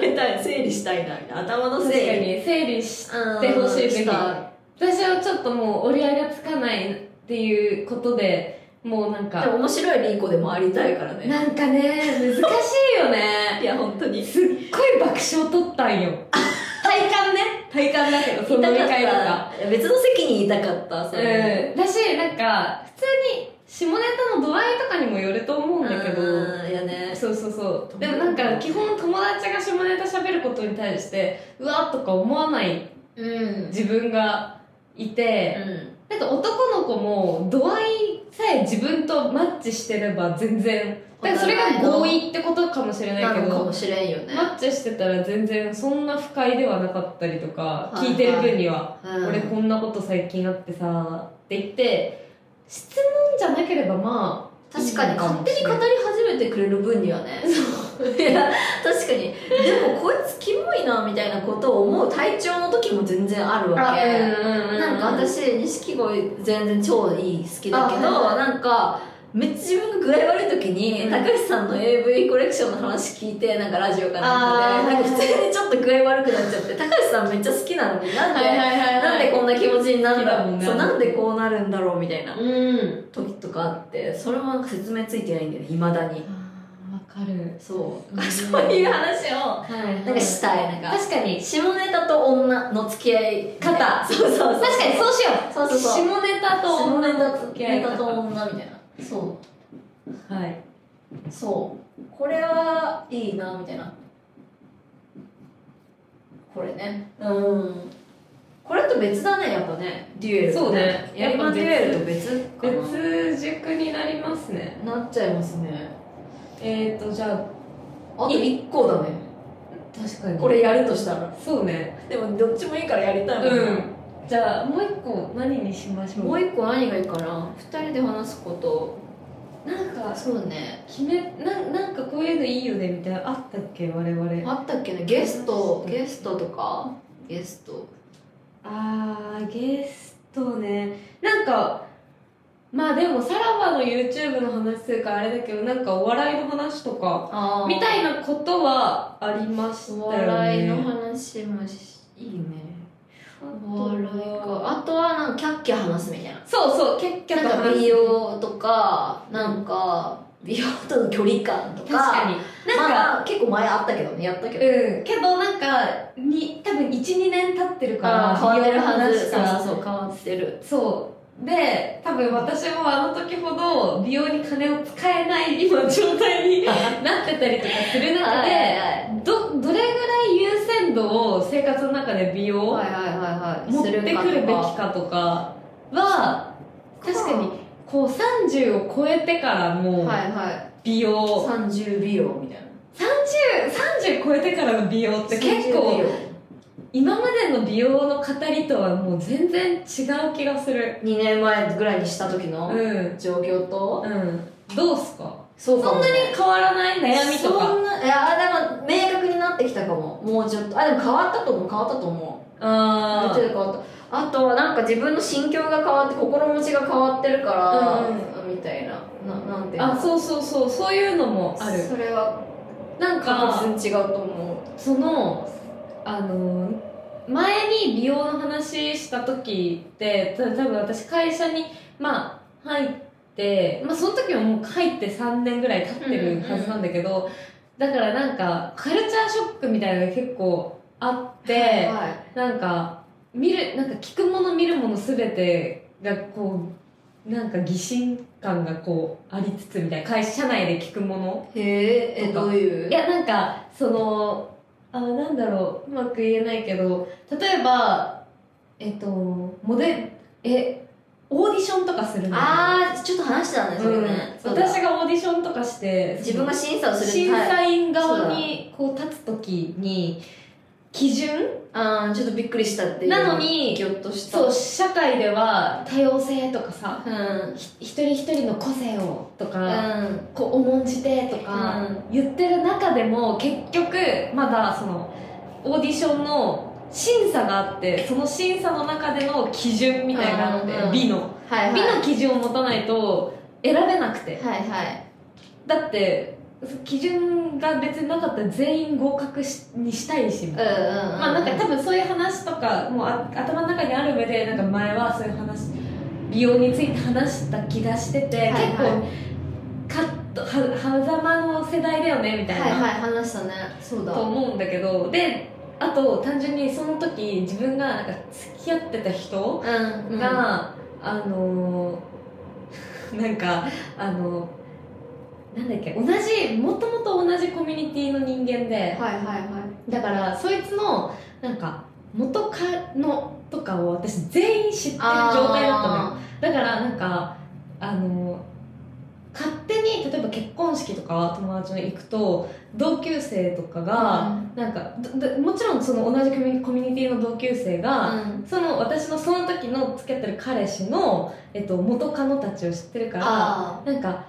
えたい整理したいなみたいな頭の
確か
整理
に整理し
して
ほしい
し
ぜひ
た
私はちょっともう折り合いがつかないっていうことでもうなん
でも
か
面白いリンコでもありたいからね
なんかね難しいよ
い
ね
や本当に
すっごい爆笑取ったんよ体感ね体感だけど
痛
その
か
2
っ
回とか
た別の席にいたかったそれ、
うんだしなんか普通に下ネタの度合いとかにもよると思うんだけど
うんいやね
そうそうそうでもなんか基本友達が下ネタ喋ることに対してうわーとか思わない
うんうん
自分がいて、なんか男の子も度合いさえ自分とマッチしてれば全然だからそれが合意ってことかもしれな
ない
け
のか
ど
もしれんよね、
マッチしてたら全然そんな不快ではなかったりとか
はいはい
聞いてる分には「
うん
俺こんなこと最近あってさ」って言って質問じゃなければまあ
確かに勝手に語り
いいのかもしれない
始めてくれる分にはねそういや確かにでもこいつキモいなみたいなことを思う体調の時も全然あるわけ、なんか私錦鯉全然超いい好きだけど
あはいはい
なんかめっちゃ自分が具合悪い時に、
うん
高橋さんの AV コレクションの話聞いてなんかラジオかなんかで
あー
なんか普通にちょっと具合悪くなっちゃって高橋さんめっちゃ好きなのになんで、
はいはいはいはい
なんでこんな気持ちになるん
好きだ
だ
もんね
そうなんでこうなるんだろうみたいな
うん
時とかあってそれもなんか説明ついてないんだよねいまだに
わかる
そう、
うん
そういう話を
はい
なんかしたいなんか
確かに
下ネタと女の付き合い
方
そうそうそう
確かにそうしよう
そうそうそう
下ネタと
下ネタ
の
と
付き合い方
女みたいなそう
はい
そうこれはいいなみたいなこれねうんこれと別だねやっぱねデュエルと
そうね
やりまんデュエルと別かな
別軸になりますね
なっちゃいますね
えっ、ー、とじゃあ
あと1個だね
確かに
これやるとしたら
そうね
でもどっちもいいからやりたいもんな、
うんじゃあもう一個何にしましょう
もう一個何がいいかな2人で話すこと
なんか
そうね
決めななんかこういうのいいよねみたいなあったっけ我々
あったっけねゲストゲストとかゲスト
あーゲストねなんかまあでもさらばの YouTube の話するからあれだけどなんかお笑いの話とか
あ
みたいなことはありましたよね
お笑いの話もしいいねお笑いかあとはなんかキャッキャ話すみたいな
そうそうキャッキャと
なん
話
か
す
美容とかなんか美容との距離感とか
確かになんか、
まあ、結構前あったけどねやったけど、
うんけどなんかに多分12年経ってるから
あー変わってるは
美
ず
容
そう
の話から
そうそう変わって る
そうで多分私もあの時ほど美容に金を使えない今状態になってたりとかする中
はいはいは
でどどれぐらい優先度を生活の中で美容
はいはいはいはい
持ってくるべき
すとか
かとかは確かにこう30を超えてからもう
はいはい
美容
30美容みたいな
3030超えてからの美容って結構今までの美容の語りとはもう全然違う気がする
2年前ぐらいにした時
う
の
ん
状況と、
うんどうすか
そ
そんなに変わらない悩みとか
そんないやでも明確になってきたかももうちょっとあでも変わったと思う変わったと思うある
あ
程度変わったあとはなんか自分の心境が変わって心持ちが変わってるから、みたいなななんていうの
あそうそうそうそういうのもある
それは
なん
確
か
実に違うと思
そのあの前に美容の話した時ってた多分私会社にまあ入って、まあ、その時はもう入って3年ぐらい経ってるはずなんだけど、だからなんかカルチャーショックみたいなのが結構あっ
う
て、
はい
なんか見るなんか聞くもの見るもの全てがこうなんか疑心感がこうありつつみたいな会社内で聞くもの
へええ
とか
どういう
い
い
やなんかそのあなんだろううまく言えないけど例えばえっとモデルえオーディションとかするの
ああちょっと話してたねそれね、
うん、
そうだ
私がオーディションとかして
自分が審査をする
審
はい
査員側にこう立つ時に基準
あーちょっとびっくりしたっていう
なのに
ギョッとした
そう社会では多様性とかさ
うん
ひ一人一人の個性をと
う
か、
ん
こう重んじてとか、
うん
言ってる中でも結局まだそのオーディションの審査があってその審査の中での基準みたいな
う
のがあ
ん
っ
うん
て美の
はいはい
美の基準を持たないと選べなくて
はいはい
だって基準が別になかったら全員合格しにしたいしみたい
う
な
んうんうん
まあなんか多分そういう話とかもうあ頭の中にある上でなんか前はそういう話美容について話した気がしてて、
いはい
結構カットは狭間の世代だよねみたいな、
はいはい話したねそうだ
と思うんだけどであと単純にその時自分がなんか付き合ってた人
うんうん
が、あのー なんかあのなんだっけ同じもともと同じコミュニティの人間で、
はいはいはい
だからそいつのなんか元カノとかを私全員知ってる状態だったのよ
っ
だからなんかあの勝手に例えば結婚式とか友達の行くと同級生とかが、なんかどどもちろんその同じコミュニコミュニティの同級生が、その私のその時の付き合ってる彼氏の、えっと、元カノたちを知ってるから
あ
なんか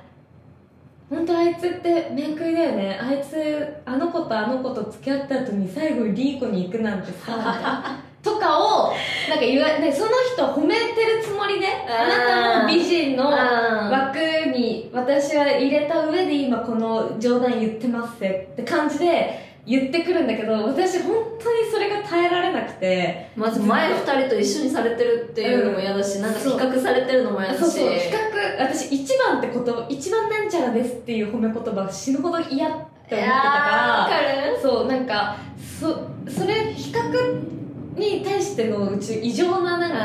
本当あいつって面食いだよねあいつあの子とあの子と付き合った後に最後リーコに行くなんてさみたい なとかをなんか言わでその人は褒めてるつもりであなたも美人の
あ
枠に私は入れた上で今この冗談言ってますぜって感じで言ってくるんだけど私本当にそれが耐えられなくて
まず前二人と一緒にされてるっていうのも嫌だし、なんか比較されてるのも嫌だし
そうそう比較私一番ってこと一番なんちゃらですっていう褒め言葉死ぬほど嫌って思って
い
たか
やー
ら
わかる
そうなんかそそれ比較に対してのうち異常ななんか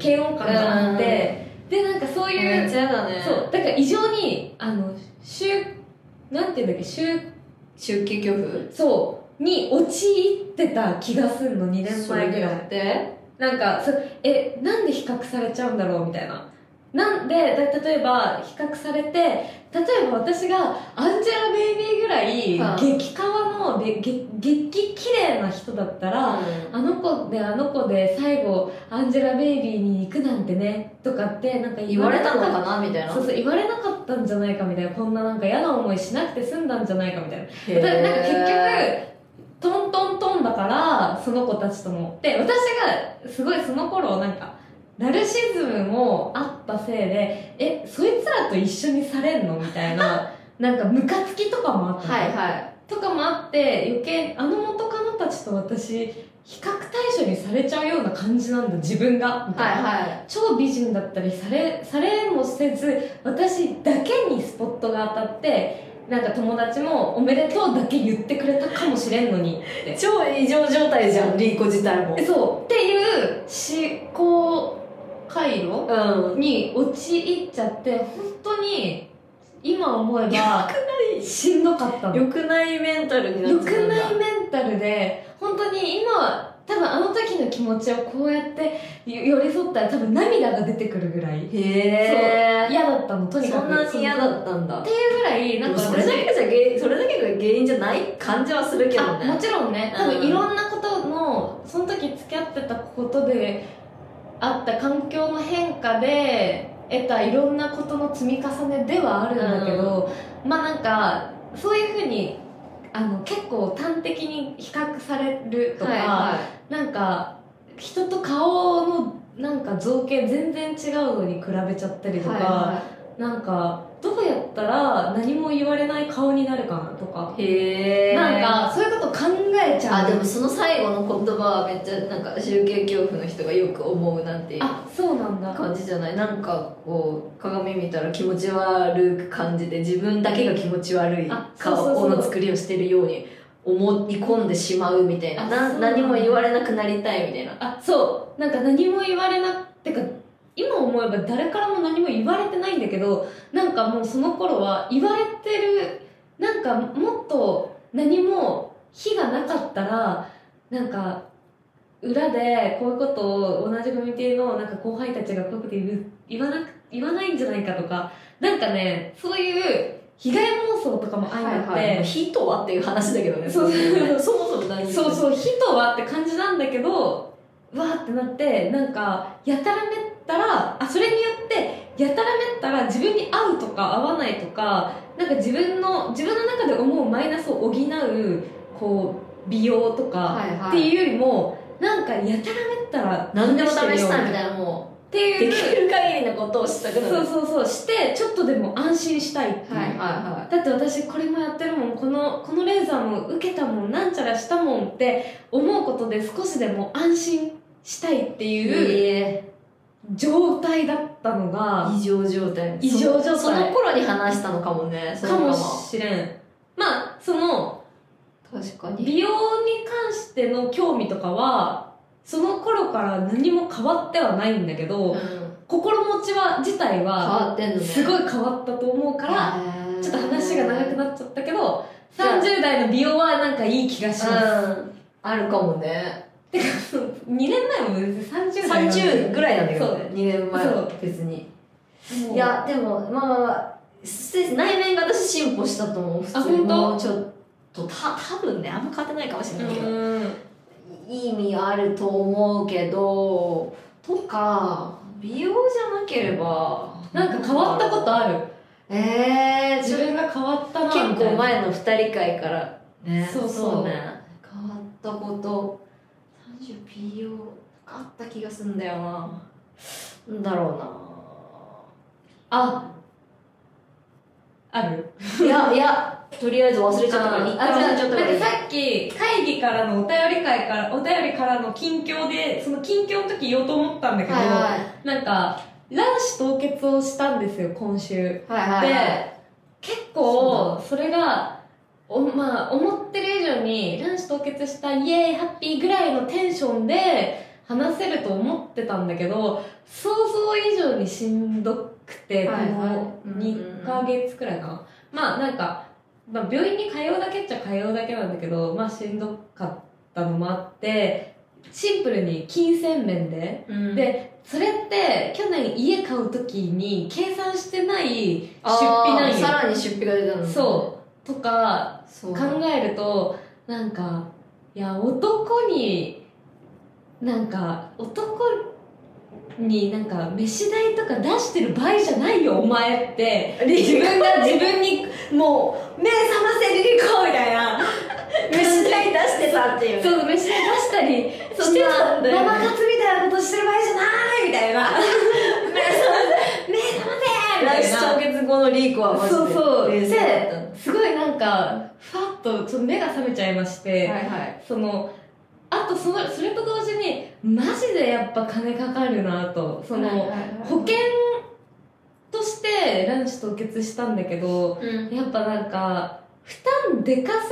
嫌悪感があってでなんかそう
うん
い
めっ
う
ちゃ嫌だね
そうだから異常にあの週なんていうんだっけ週
出家拒否
そう、に陥ってた気がすんの、2年前ぐらい。で、なんか、そえ、なんで比較されちゃうんだろうみたいな。なんで、だ例えば、比較されて、例えば私がアンジェラ・ベイビーぐら、
はいい
激カワの、べ激、激綺麗な人だったら、
う
あの子であの子で最後アンジェラ・ベイビーに行くなんてねとかってなんか
ん言われたの
な
か
っ
なみたいな
そうそう言われなかったんじゃないかみたいなこんななんか嫌な思いしなくて済んだんじゃないかみたいな
へ
だ
ー
からなんか結局トントントンだからその子たちともで私がすごいその頃なんかナルシズムもあったせいでえそいつらと一緒にされんのみた いななんかムカつきとかもあったの
はいはい
とかもあって余計あの元カノたちと私比較対象にされちゃうような感じなんだ自分がみたいな、
はいはい
超美人だったりされされもせず私だけにスポットが当たってなんか友達も「おめでとう」だけ言ってくれたかもしれんのにって
超異常状態じゃんリーコ自体も
えそうっていう思考回路
うん
に陥っちゃって本当に今思えばしんどかったの
良くないメンタルにな
良
っ
く
ちゃうんだ
ないメンタルで本当に今は多分あの時の気持ちをこうやってよ寄り添ったら多分涙が出てくるぐらい
へえ
嫌だったのとにか
そ
く
んなに嫌
っ
だったんだ
ていうぐらいなんか
それだ
私
けじゃ原それだけが原因じゃない感じはするけど
あ
ね
もちろんね
うん
多分いろんなことのその時付き合ってたことであった環境の変化で得たいろんなことの積み重ねではあるんだけど、まあなんかそういうふうにあの結構端的に比較されるとか、
はいはい
なんか人と顔のなんか造形全然違うのに比べちゃったりとか、
は
なんかどうやったら何も言われない顔になるかなとか、
いはいへえ
なんかそういうこと考えちゃう
あでもその最後の言葉はめっちゃなんか集計恐怖の人がよく思うなんていう
あそうなんだ
感じじゃないなんかこう鏡見たら気持ち悪く感じて自分だけが気持ち悪い
あそうそうそう
顔の作りをしてるように思い込んでしまうみたいな
あ
な
そう
何も言われなくなりたいみたいな
あそうなんか何も言われなってか今思えば誰からも何も言われてないんだけどなんかもうその頃は言われてるなんかもっと何も非がなかったらなんか裏でこういうことを同じコミュニティのなんか後輩たちがこういうこと言う言わなく言わないんじゃないかとかなんかねそういう被害妄想とかも相まって、
「火とは」っていう話だけどね
そう
そもそも何
そうそう、火とはって感じなんだけど、わーってなって、なんか、やたらめったら、あ、それによって、やたらめったら自分に合うとか合わないとか、なんか自分の、自分の中で思うマイナスを補う、こう、美容とか、
はいは
って
い
いうよりも、なんか、やたらめったら、
何でも試したいみ
い。
たいなも
って
うで
いう、
きる限りのことをしたくなる
そうそうそう、して、ちょっとでも安心したいっていう。
はいはいは
だって私これもやってるもんこのこのレーザーも受けたもんなんちゃらしたもんって思うことで少しでも安心したいって
い
いう
え
状態だったのが
異常状態
異常状態
そその頃に話したのかもねそう
か
か
も
も
しれんまあその
確かに
美容に関しての興味とかはその頃から何も変わってはないんだけ
うん
ど心持ちは自体
変
は
わってんのね
すごい変わったと思うからちょっと話が長く
っ
なっちゃったけど
じゃあ
30代の美容はなんかいい気がします
うんあるかもね
てかそう2年前も別に30代なんだよ
30ぐらいなんだけど
そ
ね2年前
そ
は別に
もう
いやでもまあまあまあせ内面が私進歩したと思う普
あ
通に
本当
もうちょっとた多分ねあんま変わってないかもし
う
れないけど、
ーん
いい意味あると思うけどとか美容じゃなければ
なんか変わったことある
ええ
自分が変わったな
結
みたい
構
な
前の2人会からね
そうそう
ね変わったこと30 p をあった気がすんだよななんだろ
あある
うないやいやとりあえず忘れちゃったから一回
あ
忘れちゃ
じゃあ
ったか
なん
ら
かさっき会議からのお便り会からお便りからの近況でその近況の時言おうと思ったんだけど、
は
なんか卵子凍結をしたんですよ今週
いはいはいはいはい
で結構それがお、まあ、思ってる以上に卵子凍結したイエーイハッピーぐらいのテンションで話せると思ってたんだけど想像以上にしんどくて、
はいはい
この
うんうんうん
2ヶ月くらいかな、まあなんかまあ、病院に通うだけっちゃ通うだけなんだけど、まあ、しんどかったのもあってシンプルに金銭面で
うん
でそれって去年家買う時に計算してない出
あー
費なんよ
さらに出費が出たの
そうとか
うそう
考えるとなんかいや男になんか男になんか飯代とか出してる場合じゃないよお前って自分が自分にもう目覚ませリリコみたいな
飯代出してたっていう
そう飯代出したり
そん
して
な
た
んだよね
ママ活みたいなことしてる場合じゃないみたいな目覚 ま
来
せ目覚ませみたい
週
な
超月後のリークはマジで
そうそう
冷静だった
で、すごいなんか、ふわっと、ちょっと目が覚めちゃいまして、
はいはい
その、あとその、それと同時に、マジでやっぱ金かかるなと、その、保険としてランチ凍結したんだけど、
うん
やっぱなんか、負担でかす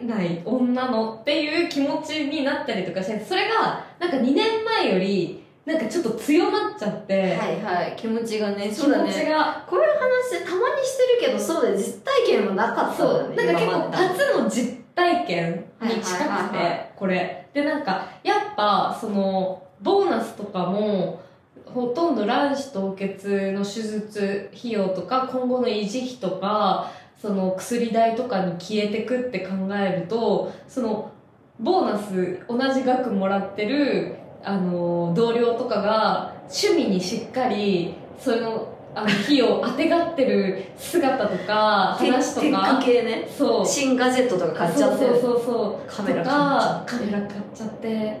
ぎない女のっていう気持ちになったりとかして、それが、なんか2年前より、なんかちょっと強まっちゃって、
はいはい気持ちがね
気
そうだ
持ち
ね
が、
こういう話たまにしてるけどそうで実体験もなかった
そ
よ
う
ね
なんか結
今ま
構
で
初の実体験に
は
近
い
く
はいはいは
てこれでなんかやっぱそのボーナスとかもほとんど卵子凍結の手術費用とか今後の維持費とかその薬代とかに消えてくって考えるとそのボーナス同じ額もらってるあの同僚とかが趣味にしっかりそのあの費用をあてがってる姿とか話と
テッ
か
ク系ね
そう。
新ガジェットとか買っちゃって
そうそうそう
カ
そう。
メ
と
ラ買っち
か
ゃ、
カメラ買っちゃって、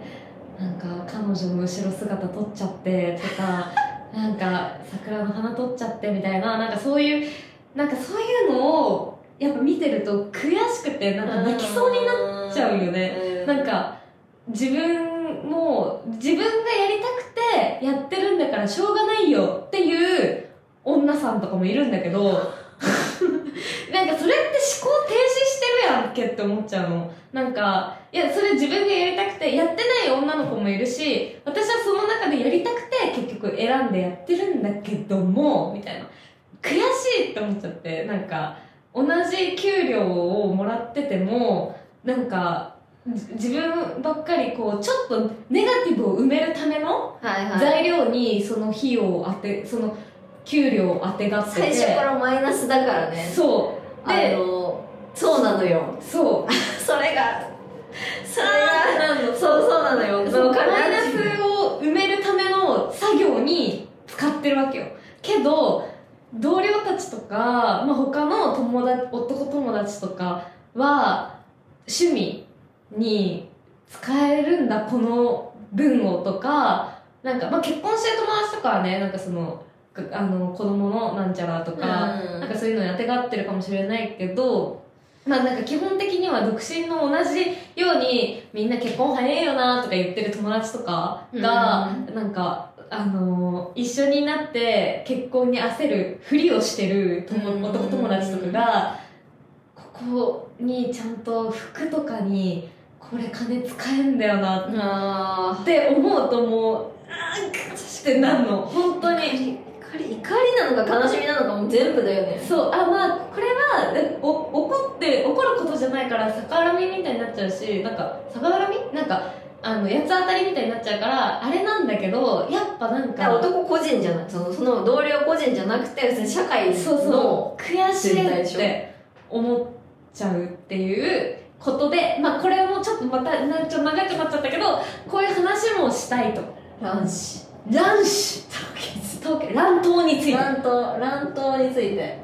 なんか彼女の後ろ姿撮っちゃってと か、なんか桜の花撮っちゃってみたいな、なんかそういう、なんかそういうのを、やっぱ見てると悔しくて、なんか泣きそうになっ
な
っちゃうよねなんか自分も自分がやりたくてやってるんだからしょうがないよっていう女さんとかもいるんだけどなんかそれって思考停止してるやんけって思っちゃうのなんかいやそれ自分がやりたくてやってない女の子もいるし私はその中でやりたくて結局選んでやってるんだけどもみたいな悔しいって思っちゃってなんか同じ給料をもらっててもなんかじ自分ばっかりこうちょっとネガティブを埋めるための
はいはい
材料にその費用を当てその給料を当てがって
最
て
初からマイナスだからね
そ
あのそうなのよ
うそう
それがそれ
な
がそうそうなのよ
その
わかる
マイナスを埋めるための作業に使ってるわけよけど同僚たちとか、まあ、他の友達男友達とかは趣味に使えるんだこの分をとかなんか、まあ、結婚してる友達とかはねなんかそのくあの子供のなんちゃらと
うん
か、なんかそういうのに当てがってるかもしれないけど、まあなんか基本的には独身の同じようにみんな結婚早いよなとか言ってる友達とかが、なんか、あのー一緒になって結婚に焦るふりをしてる友
うん
男友達とかが、ここにちゃんと服とかにこれ金使えんだよな
あ
って思うともう、あーガチってなんの。本当に。
に怒り怒りなのか悲しみなのかも全部だよね
そうあまあこれはえお怒って怒ることじゃないから逆恨みみたいになっちゃうしなんか逆恨みなんかあの八つ当たりみたいになっちゃうからあれなんだけどやっぱなん
だから
か
男個人じゃないそのその同僚個人じゃなくて別に社会の
そうそう悔し
全体
い
で
っ
しょ
て思っちゃうっていうことでまあこれもちょっとまたなちょっと長くなっちゃったけどこういう話もしたいと
卵子
卵子凍結卵頭について
卵頭卵頭について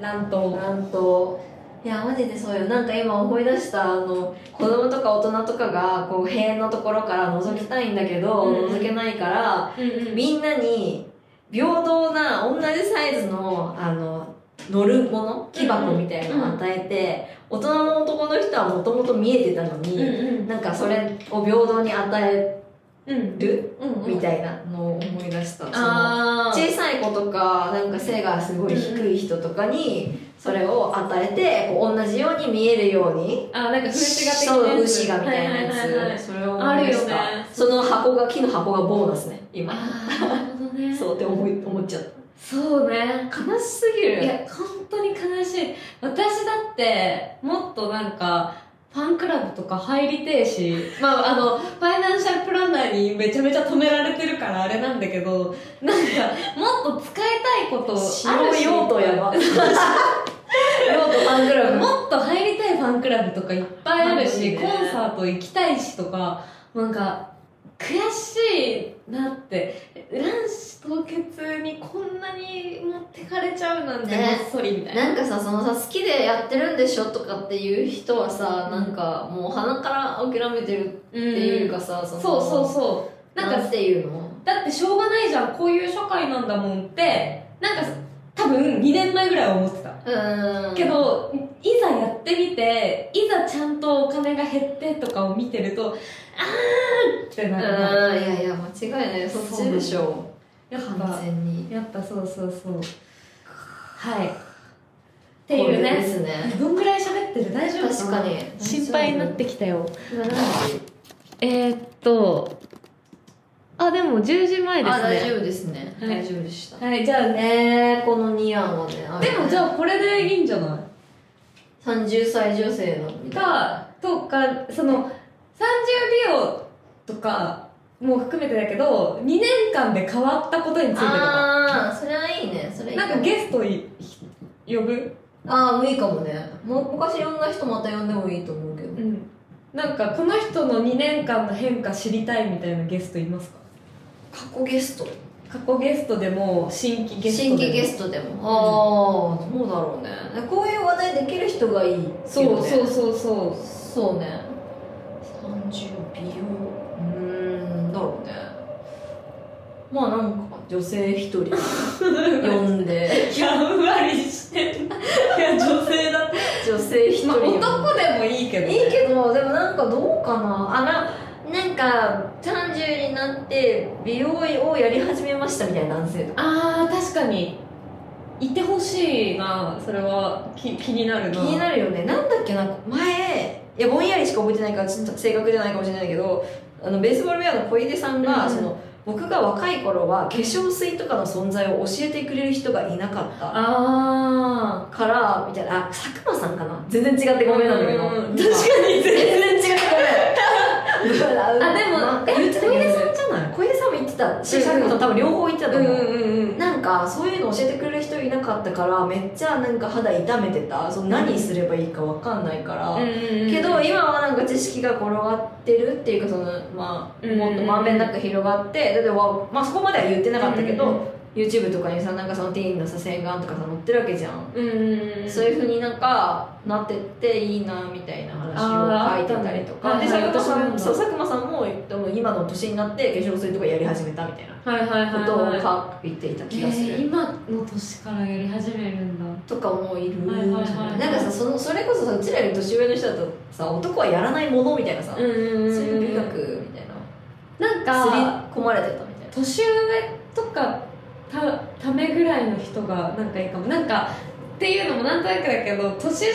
卵頭
卵頭いやマジでそうよなんか今思い出したあの子供とか大人とかがこう塀のところから覗きたいんだけど、
うん
覗けないから
うんうん
みんなに平等な同じサイズのあの乗るもの木箱みたいなのを与えて、大人の男の人はもともと見えてたの
う
に、
ん
なんかそれを平等に与え
うん
る
うん
みたいなのを思い出した、その
あー
小さい子とかなんか背がすごい低い人とかにそれを与えてこう同じように見えるように
あなんか風刺画的な
そう牛がみたいなやつ、
はいはいはいはい
それを思い出した
あるよね
その箱が木の箱がボーナスね今
ああなるほどね
そうって思い思っちゃった
そうね
悲しすぎ
い
る
や本当に悲しい私だってもっとなんかファンクラブとか入りてえし、まあ、あの、ファイナンシャルプランナーにめちゃめちゃ止められてるからあれなんだけど、なんか、もっと使いたいことあるし、
用途やば用途ファンクラブ
もっと入りたいファンクラブとかいっぱいあるし、
あるね
コンサート行きたいしとか、なんか、悔しいなって、卵子凍結にこんなに持ってかれちゃうなんて、
ね
ごっそりみたいな。
なんかさそのさ好きでやってるんでしょとかっていう人はさなんかもう鼻から諦めてるっ
って
ていうかさ、そ
そう
の
そうそう。
な
なんん
か
か、
っていうの
だってしょうがないじゃん、こういう社会なんだもんって、なんか、多分2年前ぐらいは思ってた。
うーん
けど、いざやってみて、いざちゃんとお金が減ってとかを見てると、あーって
う
な
ーんい
るな。
やいや間違いないそっちでしょ
やっ
完
ぱ、
全に
やっぱそうそうそう。はい。って
こ
いう
れで
ね。
すね
どんぐらい喋ってる大丈夫
確かに
心配になってきたよ。
今何時
えー、っと、あ、でも10時前です
あ
ね。
大丈夫ですね、
はい
大丈夫でした
はい、じゃあね。
ねこの2案はね
でもじ
あ
ゃあこれでいいんじゃな
30歳女性のみ
い
たいな
か、とか、その、30秒とかも含めてだけど、2年間で変わったことについてとか。
ああそれはいいねそれいい
なんかゲストい呼ぶ
ああもういいかもねもう昔呼んだ人また呼んでもいいと思うけど
うん。なんかこの人の2年間の変化知りたいみたいなゲストいますか
過去ゲスト
過去ゲストでも新規ゲストで
新
も
規ゲストでもああどうだろうねこういう話題できる人がいいよね
そうそうそうそ
そうね30秒うーんだろうねまあなんか女性一 人
う。
呼んで
やんわりしてんな。いや、女性だって。
女性一人
まあ
呼んで
男でもいいけどね。
いいけどでもなんかどうかなあななんか30になって美容をやり始めましたみたいな男性とか
あー確かにいてほしいなそれはき気になるな
気になるよねなんだっけな前いやぼんやりしか覚えてないからちょっと正確じゃないかもしれないけどあのベースボールウェアの小出さんが、
うん
その僕が若い頃は化粧水とかの存在を教えてくれる人がいなかった
あ
からみたいなあ佐久間さんかな全然違ってごめんなんだけど
うんうんうん
確かに全然違って ごめんあ
ーあでも、
言
え
って
小
た
出さんじゃない
小出さんも言ってたし佐久間さん多分両方言ってたと思う、
うんうん
なんかそういうの教えてくれる人いなかったからめっちゃなんか肌痛めてたその何すればいいかわかんないから、
うん
けど今はなんか知識が転がってるっていうかそのまあ
うん
もっとまんべんなく広がってだってわまあそこまでは言ってなかったけど、
うん
YouTube とかにさなんかそのティーンのさ洗顔とかさ載ってるわけじゃん、
うんうんうん
そういうふうになんかなってっていいなみたいな
あ
話を
ー
書いてたりと
あ
か
った
で
ね
佐久間さ
はい
ん
はい
そう佐久間さんもでも今の年になって化粧水とかやり始めたみたいな
はいはいはい、
ことを
は
書いていた
い
気がする、
えー今の年からやり始めるんだ
とかもいるんじゃ
は
ない
はいはい
いなんかさそのそれこそさうちらより年上の人だとさ男はやらないものみたいなさ、
んうん
そういう美学みたいな
なん
刷り
か
込まれてたみたいな
年上とかたためぐらいの人がなんかいいかもなんかっていうのもなんとなくだけど年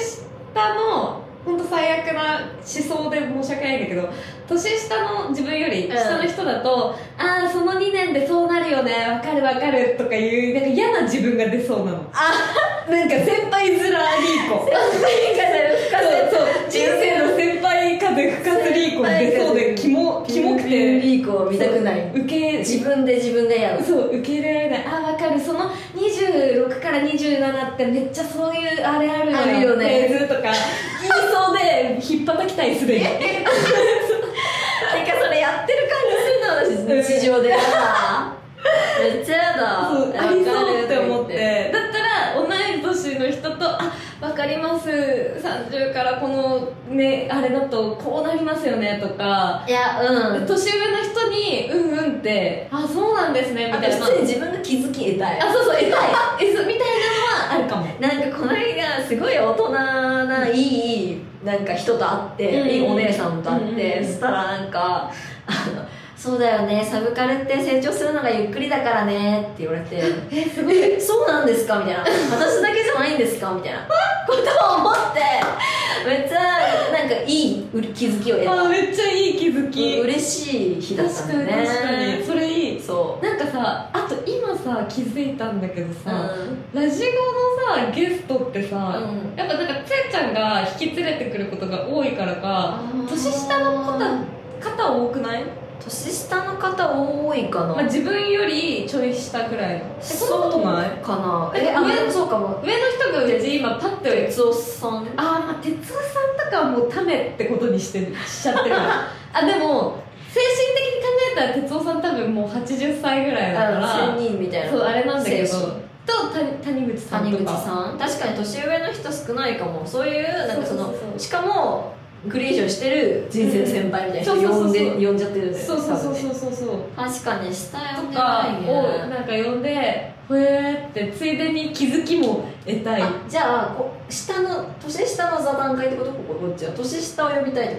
下の本当最悪な思想で申し訳ないんだけど年下の自分より
うん
下の人だと、ああその2年でそうなるよねわかるわかるとかいうなんか嫌な自分が出そうなの
あ
なんか先輩面リー コそうそう人生の先輩風深津リーコ出そうでキモキモくて
リーコを見たくない
受け
自分で自分でやる
そう受け入れられないあ分かるその26から27ってめっちゃそういうあれあるよ
あるよね
フェーズとか言 いそうでひっぱたきたいすでに
なんかそれやってる感じするの私日常 でやだめっちゃやだ
そうありそうって思っ
わかる
てだったら同い年の人と「あ分かります30からこのねあれだとこうなりますよね」とか
いやうん
年上の人に「うんうん」って「あそうなんですね」み
あ
た
と
いな
普通に自分が気づき得たい
あそうそうえたいえそうみたいなのはあるかも
なんかこの間すごい大人ないいなんか人と会って、
うん
いいお姉さんと会って、
うん
そしたらなんかあの「そうだよねサブカルって成長するのがゆっくりだからね」って言われて「えすごいえそうなんですか?」みたいな「私だけじゃないんですか?」みたいなことを思ってめっちゃなんなんかいい気づきを得
あ
た
ーめっちゃいい気づき
嬉しい日だった
確
ん
か
だ
に
ね
確かにそれいい
そ
なんかさあと今さ気づいたんだけど
う、う
さ、
ん
ラジオのさゲストってさ、
うん
やっぱなんかつやちゃんが引き連れてくることが多いからか年下の子だ肩多くない、
年下の方多いかな、
まあ、自分よりちょい下ぐらいえそんなことない
そうかな
え
えあ
上
でもそうかも
上の人がうち今パッて
哲夫さん
ああまあ哲夫さんとかはもうためってことにしてるしちゃってるから あでも精神的に考えたら哲夫さん多分もう80歳ぐらいだか
あの
ら
仙人みたいな
そうあれなんだけど
精神
と谷谷口さん
谷
と
口
か
さん確かに年上の人少ないかもそういうなんかその
そうそうそう
しかもグレージョンしてる人生先輩みたいな
うん
人呼んで、
そうそうそう
呼んじゃってるんだよね
そうそうそう
多分ね
そうそうそう
確かに下呼ん
と
で
か
ない
を
ね
なんか呼んでへえってついでに気づきも得たい
あじゃあこ下の年下の座談会ってことこここっちは年下を呼びたいって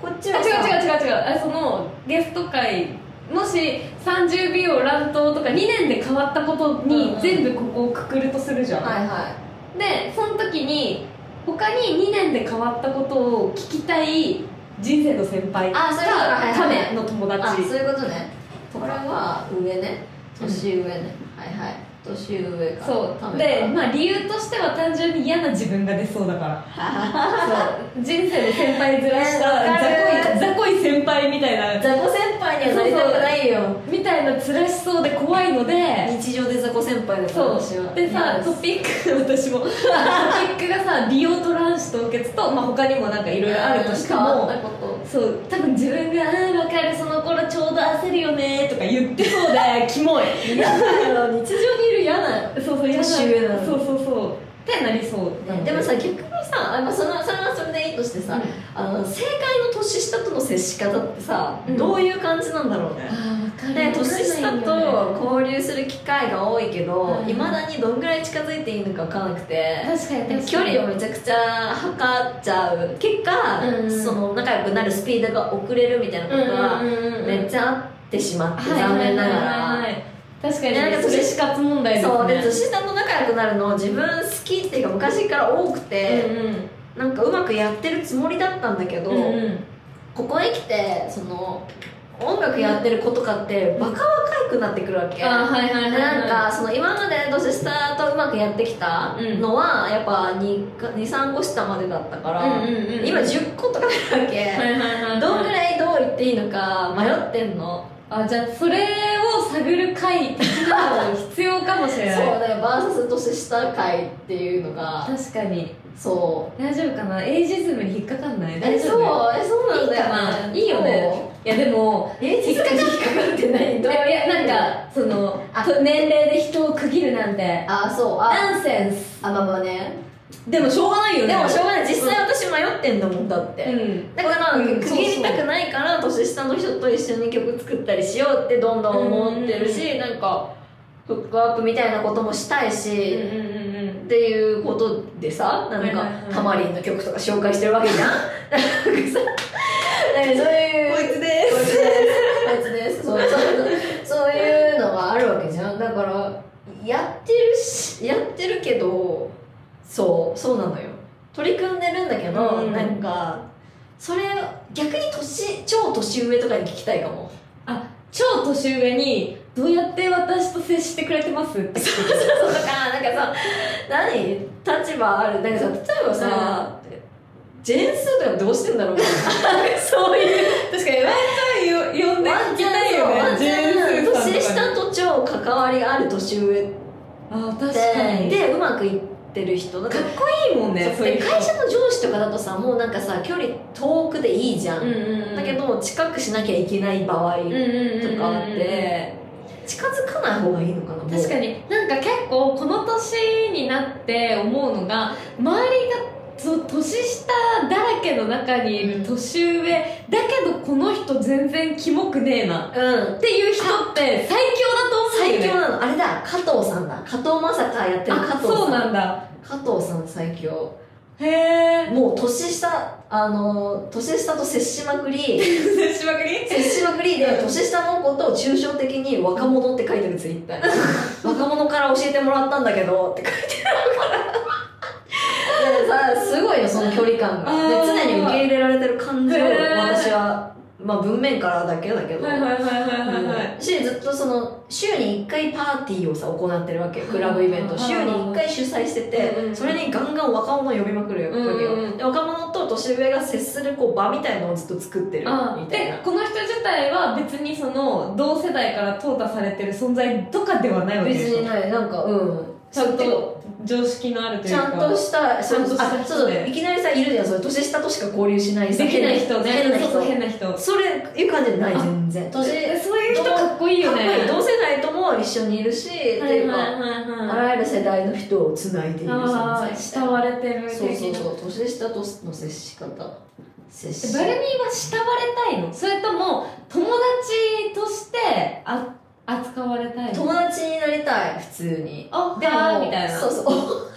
ことこっち
あ
は
違う違う違う違うあそのゲスト会もし30秒乱闘とか2年で変わったこと
うん
に
うん
全部ここをくくるとするじゃん、
はいは
でその時に他に2年で変わったことを聞きたい人生の先輩
あそういうことはいはい
か亀の友
いあ
達
そういうことね
と
これ
か
は上ね年上ね、はいはい年上か
そう
で
で、まあ、理由としては単純に嫌な自分が出そうだから そう人生の先輩ずらし
わか
た
る
雑魚い雑魚い先輩みたいな
雑魚先輩にはなりたくないよ
みたいなずらしそうで怖いので
日常で雑魚先輩だから
そう
私は
でさ
嫌
ト
す
ピック私もトピックがさ美容と卵子凍結と、まあ、他にもなんかいろいろあるとして
変わ
も
った こと
そう多分自分が「あー分かるその頃ちょうど焦るよね」とか言ってそ うでキモい
嫌だよ日常にいる嫌だよ、
そうそう嫌な
年上なのに
そうそうそうってなりそうなの
でもさ逆にさあまあそのそれはそれでいいとしてさ、
うん
あの正解の年下との接し方ってさ、
うん
どういう感じなんだろう
あ
ね、
ー分かる
で年下と
こ
交流する機会が多いけど
うん
いま、未だにどんぐらい近づいていいのか分からなくて
う確かに確かに
距離をめちゃくちゃ測っちゃう結果、
うん
その仲良くなるスピードが遅れるみたいなことが、
うんうんうんうん
めっちゃあってしまって
はい
残念なが
はいはいは
ら
い確かに
なんか
それ死活問題ですね
そうで年下と仲良くなるの自分好きっていうか昔から多くて、なんかうまくやってるつもりだったんだけど、
うんうんうんうん
ここへ来てその音楽やってる子とかってバカ若くなってくるわけ、
あーはいはいはいはい
なんかその今まで年下とうまくやってきたのはやっぱ23個下までだったから、
うんうんうん
今10個とかあるわけ、
はいはいはい
どんぐらいどう言っていいのか迷ってんの、
あじゃあそれを探る会的なのも必要かもしれ
そう
ない
ねバーサス年下界っていうのが
確かに
そう
大丈夫かなエイジズムに引っかかんない
え
大丈
そ
夫
うえそうなん
いい
だよ
かない
いよね
いやでも
え実家が引っかかってない
い
どう
やいやなんかその
あ
と年齢で人を区切るなんて
あそうあ
ナンセンス
あまあまあね
でもしょうがないよ
でもしょう
う
がない実際私迷ってんだもんだって、
うん
だから
うん
区切りたくないから年下の人と一緒に曲作ったりしようってどんどん思ってるし、なんかフックアップみたいなこともしたいし、
うんうんうんうん
っていうことでさなん
はい
か、
はいはい
タマリンの曲とか紹介してるわけじゃんなんかさなんかそういう
こいつです
こいつですこいつですそうそうそういうのがあるわけじゃんだからやってるしやってるけどそうそうなのよ取り組んでるんだけど、
うん
なんかそれ逆に年超年上とかに聞きたいかも
あ超年上にどうやって私と接してくれてますって聞く
そうだからなんかさ何立場あるなんかさ例えばさ、ジェーンスーとかどうしてんだろうそういう
確かにワンちゃんよ呼んで聞きたいよね
ワンチャンワンチャン
ジェーン
年
スーさ
下
ん
と超関わりある年上って
あ確かに
でうまくいってる人だか
からっこいいもんねそうい
で
う人
会社の上司とかだとさもうなんかさ距離遠くでいいじゃん、
うんうんうん
だけど近くしなきゃいけない場合
うん
と
うんうんうん
かあって近づかない方がいいのかなもう
確かになんか結構この年になって思うのが周りがそう年下だらけの中にいる年上、だけどこの人全然キモくねえな
うん
っていう人って最強だと思うよ、ね、
最強なのあれだ加藤さんだ加藤まさかやってる加
あ
藤さん
そうなんだ
加藤さん最強
へ え
もう年下あの年下と接しまくり
接しまくり
接しまくりで年下のことを抽象的に若者って書いてるツイッタ ーに 若者から教えてもらったんだけどって書いてあるからでさすごごいよその距離感がで
あー
常に受け入れられてる感じを
へー
私は、まあ、文面からだけだけど、
はいはいはいはいはいはい
しずっとその週に1回パーティーをさ行ってるわけよクラブイベント
はい
週に1回主催して
うんう
て
ん
それにガンガン若者を呼びまくるよわけ
うんう
よ
ん
で若者と年上が接するこう場みたいのをずっと作ってる
あ
みたい
で
な
この人自体は別にその同世代から淘汰されてる存在とかではないわけで
別
しょ
にないなんかうん
ちゃんと常識のあるとい
ち
うか
ゃんとした
ちゃんとした人
あそうそういきなりさいるじゃんそれ年下としか交流しない
で
さ
きない人ね
変な
そうそう
人
変な人
それいう感じじゃない
あ
全然年
えそういう人かっこいいよね
かっこいい同世代とも一緒にいるし、って
はいいう
か、
はいはいはい
あらゆる世代の人をつないでいる存
あ
在
あ慕われてる的な
そうそうそう年下との接し方接し
バルニーは慕われたいのそれとも友達としてあ扱われたいの
友達になりたい普通に
あ
でも
みたいな
そうそう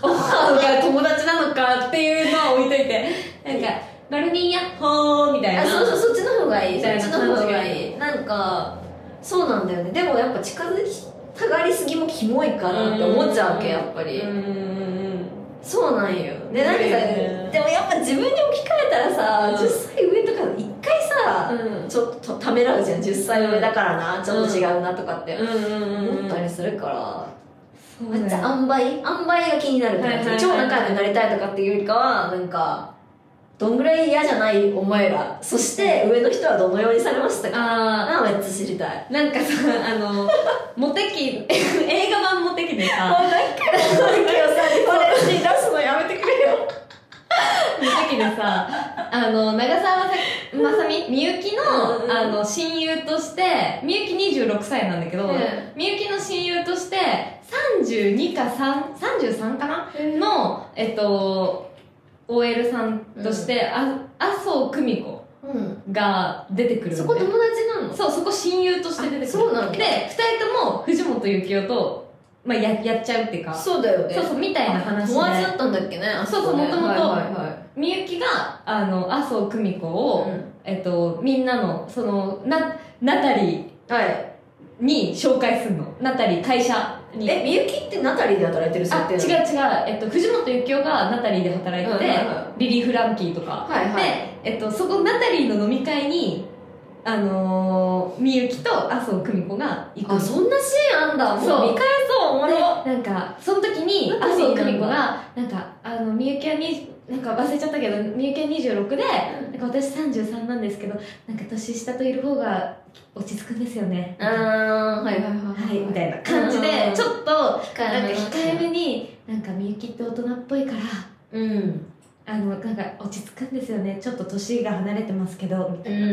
お母が友達なのかっていうのは置いといてなんか「バルニーやっほー」みたいな
あそうそう
う
そっちの方がいい
み
そ
た
っ
いな
ちの方がいいなんかそうなんだよねでもやっぱ近づきたがりすぎもキモいかなって思っちゃうわけやっぱり
うんうん
そうなんよでなんかさ、
ね
でもやっぱ自分に置き換えたらさ、
うん
10歳上とか一回さ、
うん
ちょっとためらうじゃん10歳上だからなちょっと違うなとかって
うんうんうん
思ったりするから、
そう
めっちゃ
だよ
塩梅塩梅が気になるって感じ、
はいはいはい
超仲良くなりたいとかっていうよりかはなんかどんぐらい嫌じゃないお前らそして上の人はどのようにされましたか
あ
あめっちゃ知りたい
ーなんかさあのモテ期映画版モテ期で
あ
さ
だから なんかよさこれ出すのやめてくれよ
の時でさ、あの、長澤まさまさみ、みゆき
うんうん
の、あの、親友として、みゆき26歳なんだけど
え、
みゆきの親友として、32か3、33かなの、えっと、OL さんとして、あ麻生久美子
うん
が出てくるんで
そこ友達なの
そう、そこ親友として出てくる。
あそうなんだ
で、二人とも藤本幸雄と、まあ、や、やっちゃうっていうか、そう
そうだよね
そう、みたいな話で。
友達だったんだっけねあこね
そうそう元々
はいはいはい
みゆきが、あの、麻生久美子を、
うん
えっと、みんなの、その、な、ナタリ
はい
ーに紹介するの。ナタリー会社に。
えみゆきってナタリーで働いてる設
あ、
定
違う違
う。
うえっと、藤本幸雄がナタリーで働いてて、
うんはいは
リリー・フランキーとか。
はいはい
で、えっと、そこ、ナタリーの飲み会に、あのー、みゆきと麻生久美子が行く
あそんなシーンあんだも
そう
う見返そうおも
で
ろ
なんかその時に
なん
麻
で
生久美子がなんかあのみゆきはになんか忘れちゃったけどみゆきは26でなんか私33なんですけどなんか年下といる方が落ち着くんですよねは
あーはいはいはい
いみたいな感じ
う
で
ん
ちょっと
控
なんか控え
め
めになんかみゆきって大人っぽいから
うん
あのなんか落ち着くんですよねちょっと年が離れてますけどみた
う
い
ん
な。
う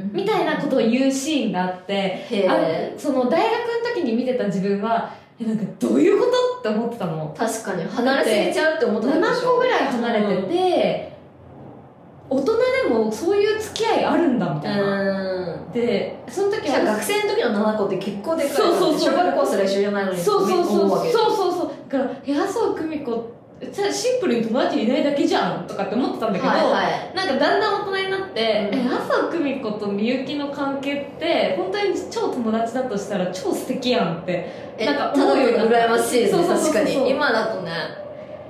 ん
みたいなことを言うシーンがあって、
へ
あ
え
その大学の時に見てた自分は、え、なんかどういうことって思ってたの。
確かに離れすぎちゃうって思った
7個ぐ
い
らい離れてて、大人でもそういう付き合いあるんだみたいな、
うん
でその時
じゃ
は
あ学生の時の7個って結構でかいから
そうそうそう
小学校すら一緒じゃないのに
そうそうそう
思
そう
わけ
うそうそうだから「え麻生久美子さシンプルに友達いないだけじゃん」とかって思ってたんだけど、
はいはい
なんかだんだん大人になって、
うん
え麻生久美子とみゆきの関係って本当に超友達だとしたら超素敵やんって
え
なんか
ただ
思うようになった
羨ましいね
そうそうそうそう
確かに今だとね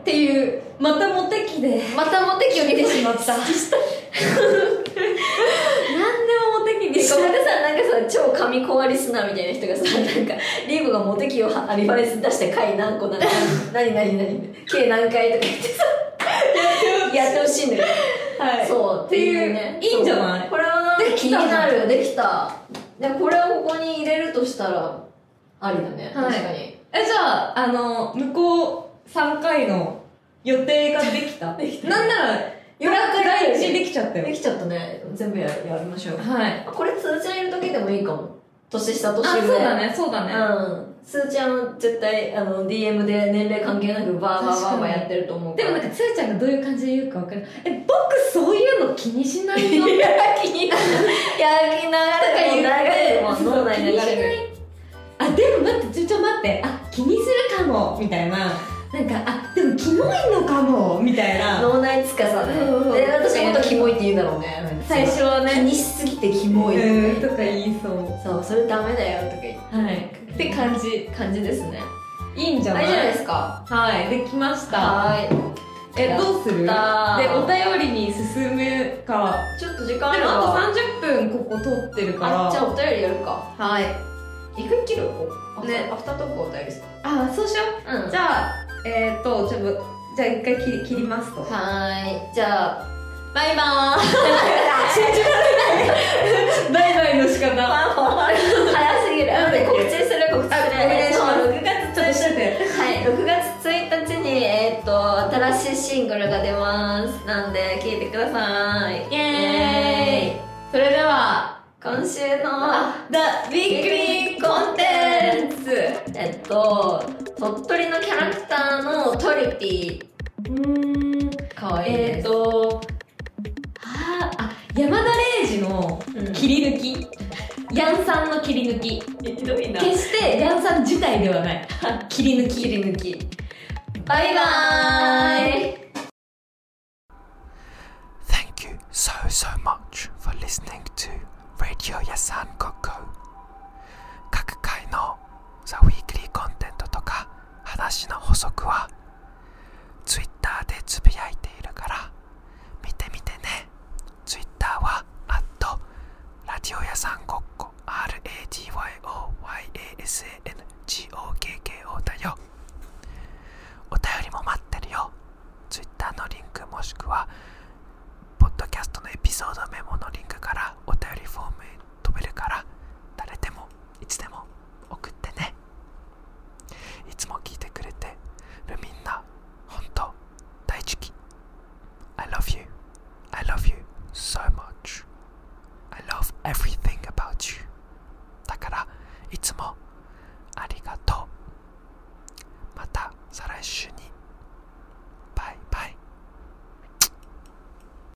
っていうまたモテ期で
またモテ期を見てしまった
何でもモテ期に
え
し
こ
た
こでさなんかさ超神コアリスナーみたいな人がさなんかリーゴがモテ期をアリバイス出して回何個な の何何何計何回とか言って さやってほしいんだよ、
はい
そう
っていういいんじゃない
そうこれはなんか
で
気
き
に
た
なるできたでこれをここに入れるとしたらありだね、
はい
確かに
えじゃああの向こう3回の予定ができた
できた
なんなら予
予
約
約
来日できちゃった
で
よ
きちゃったね全部ややりましょう
はい
これ通知入れるだけでもいいかも年下
あ
年上
そうだねそうだね、
うん、スーちゃんは絶対あの DM で年齢関係なくバーバーバーバーやってると思う
でもなん
か
かつーちゃんがどういう感じで言うか分かるえ僕そういうの気にしな
ら
いの
いや気になるいや気になる
とか言
流
う
れるもん
そう
脳内流
気にしな
れ
い
る
あでも待ってちょちょ待ってあ気にするかもみたいななんかあでもキモいのかもみたい な
脳内つかさね
うんうん
で私のことキモいって言うんだろうね
最初は
気
ね
にしすぎてキモい、
うんとか言いそう
そうそれダメだよとか言っ
はいって感じ
て感じですね
いいんじゃ
あ
ない
れじゃないですか
はいできました
はーい
えどうするで
やった
お便りに進むか
ちょっと時間あ
で
る
も
わ
あと30分ここ撮ってるか
あ
ら
じゃあお便りやるか
はい
一回切るこ
ね
ねアフタートークお便りですか
あそうしよう
うん
じゃあえっ、とちょっとじゃあ一回切り切りますと
はーいじゃあバイバーイ
信じられないバイバイの仕方あ
早すぎるなので告知する告知する
あお願いします
6月
ちょっとしてて
はい、6月1日に、えーっと新しいシングルが出ますなんで聴いてください
イエーイそれでは
今週の
「The
ビッグリーコンテンツえっと鳥取のキャラクターのトリピ
うーん
ーかわいい
えっ、
です、
とあーあ山田礼二の
うん
切り抜きヤンさんの切り抜き
ひどいな
決してヤンさん自体ではない 切り抜き
切り抜きバイバーイ
Thank you so, so much for listening to Radio Yasan Koko. 各回の The Weekly コンテントとか話の補足は Twitter でつぶやいて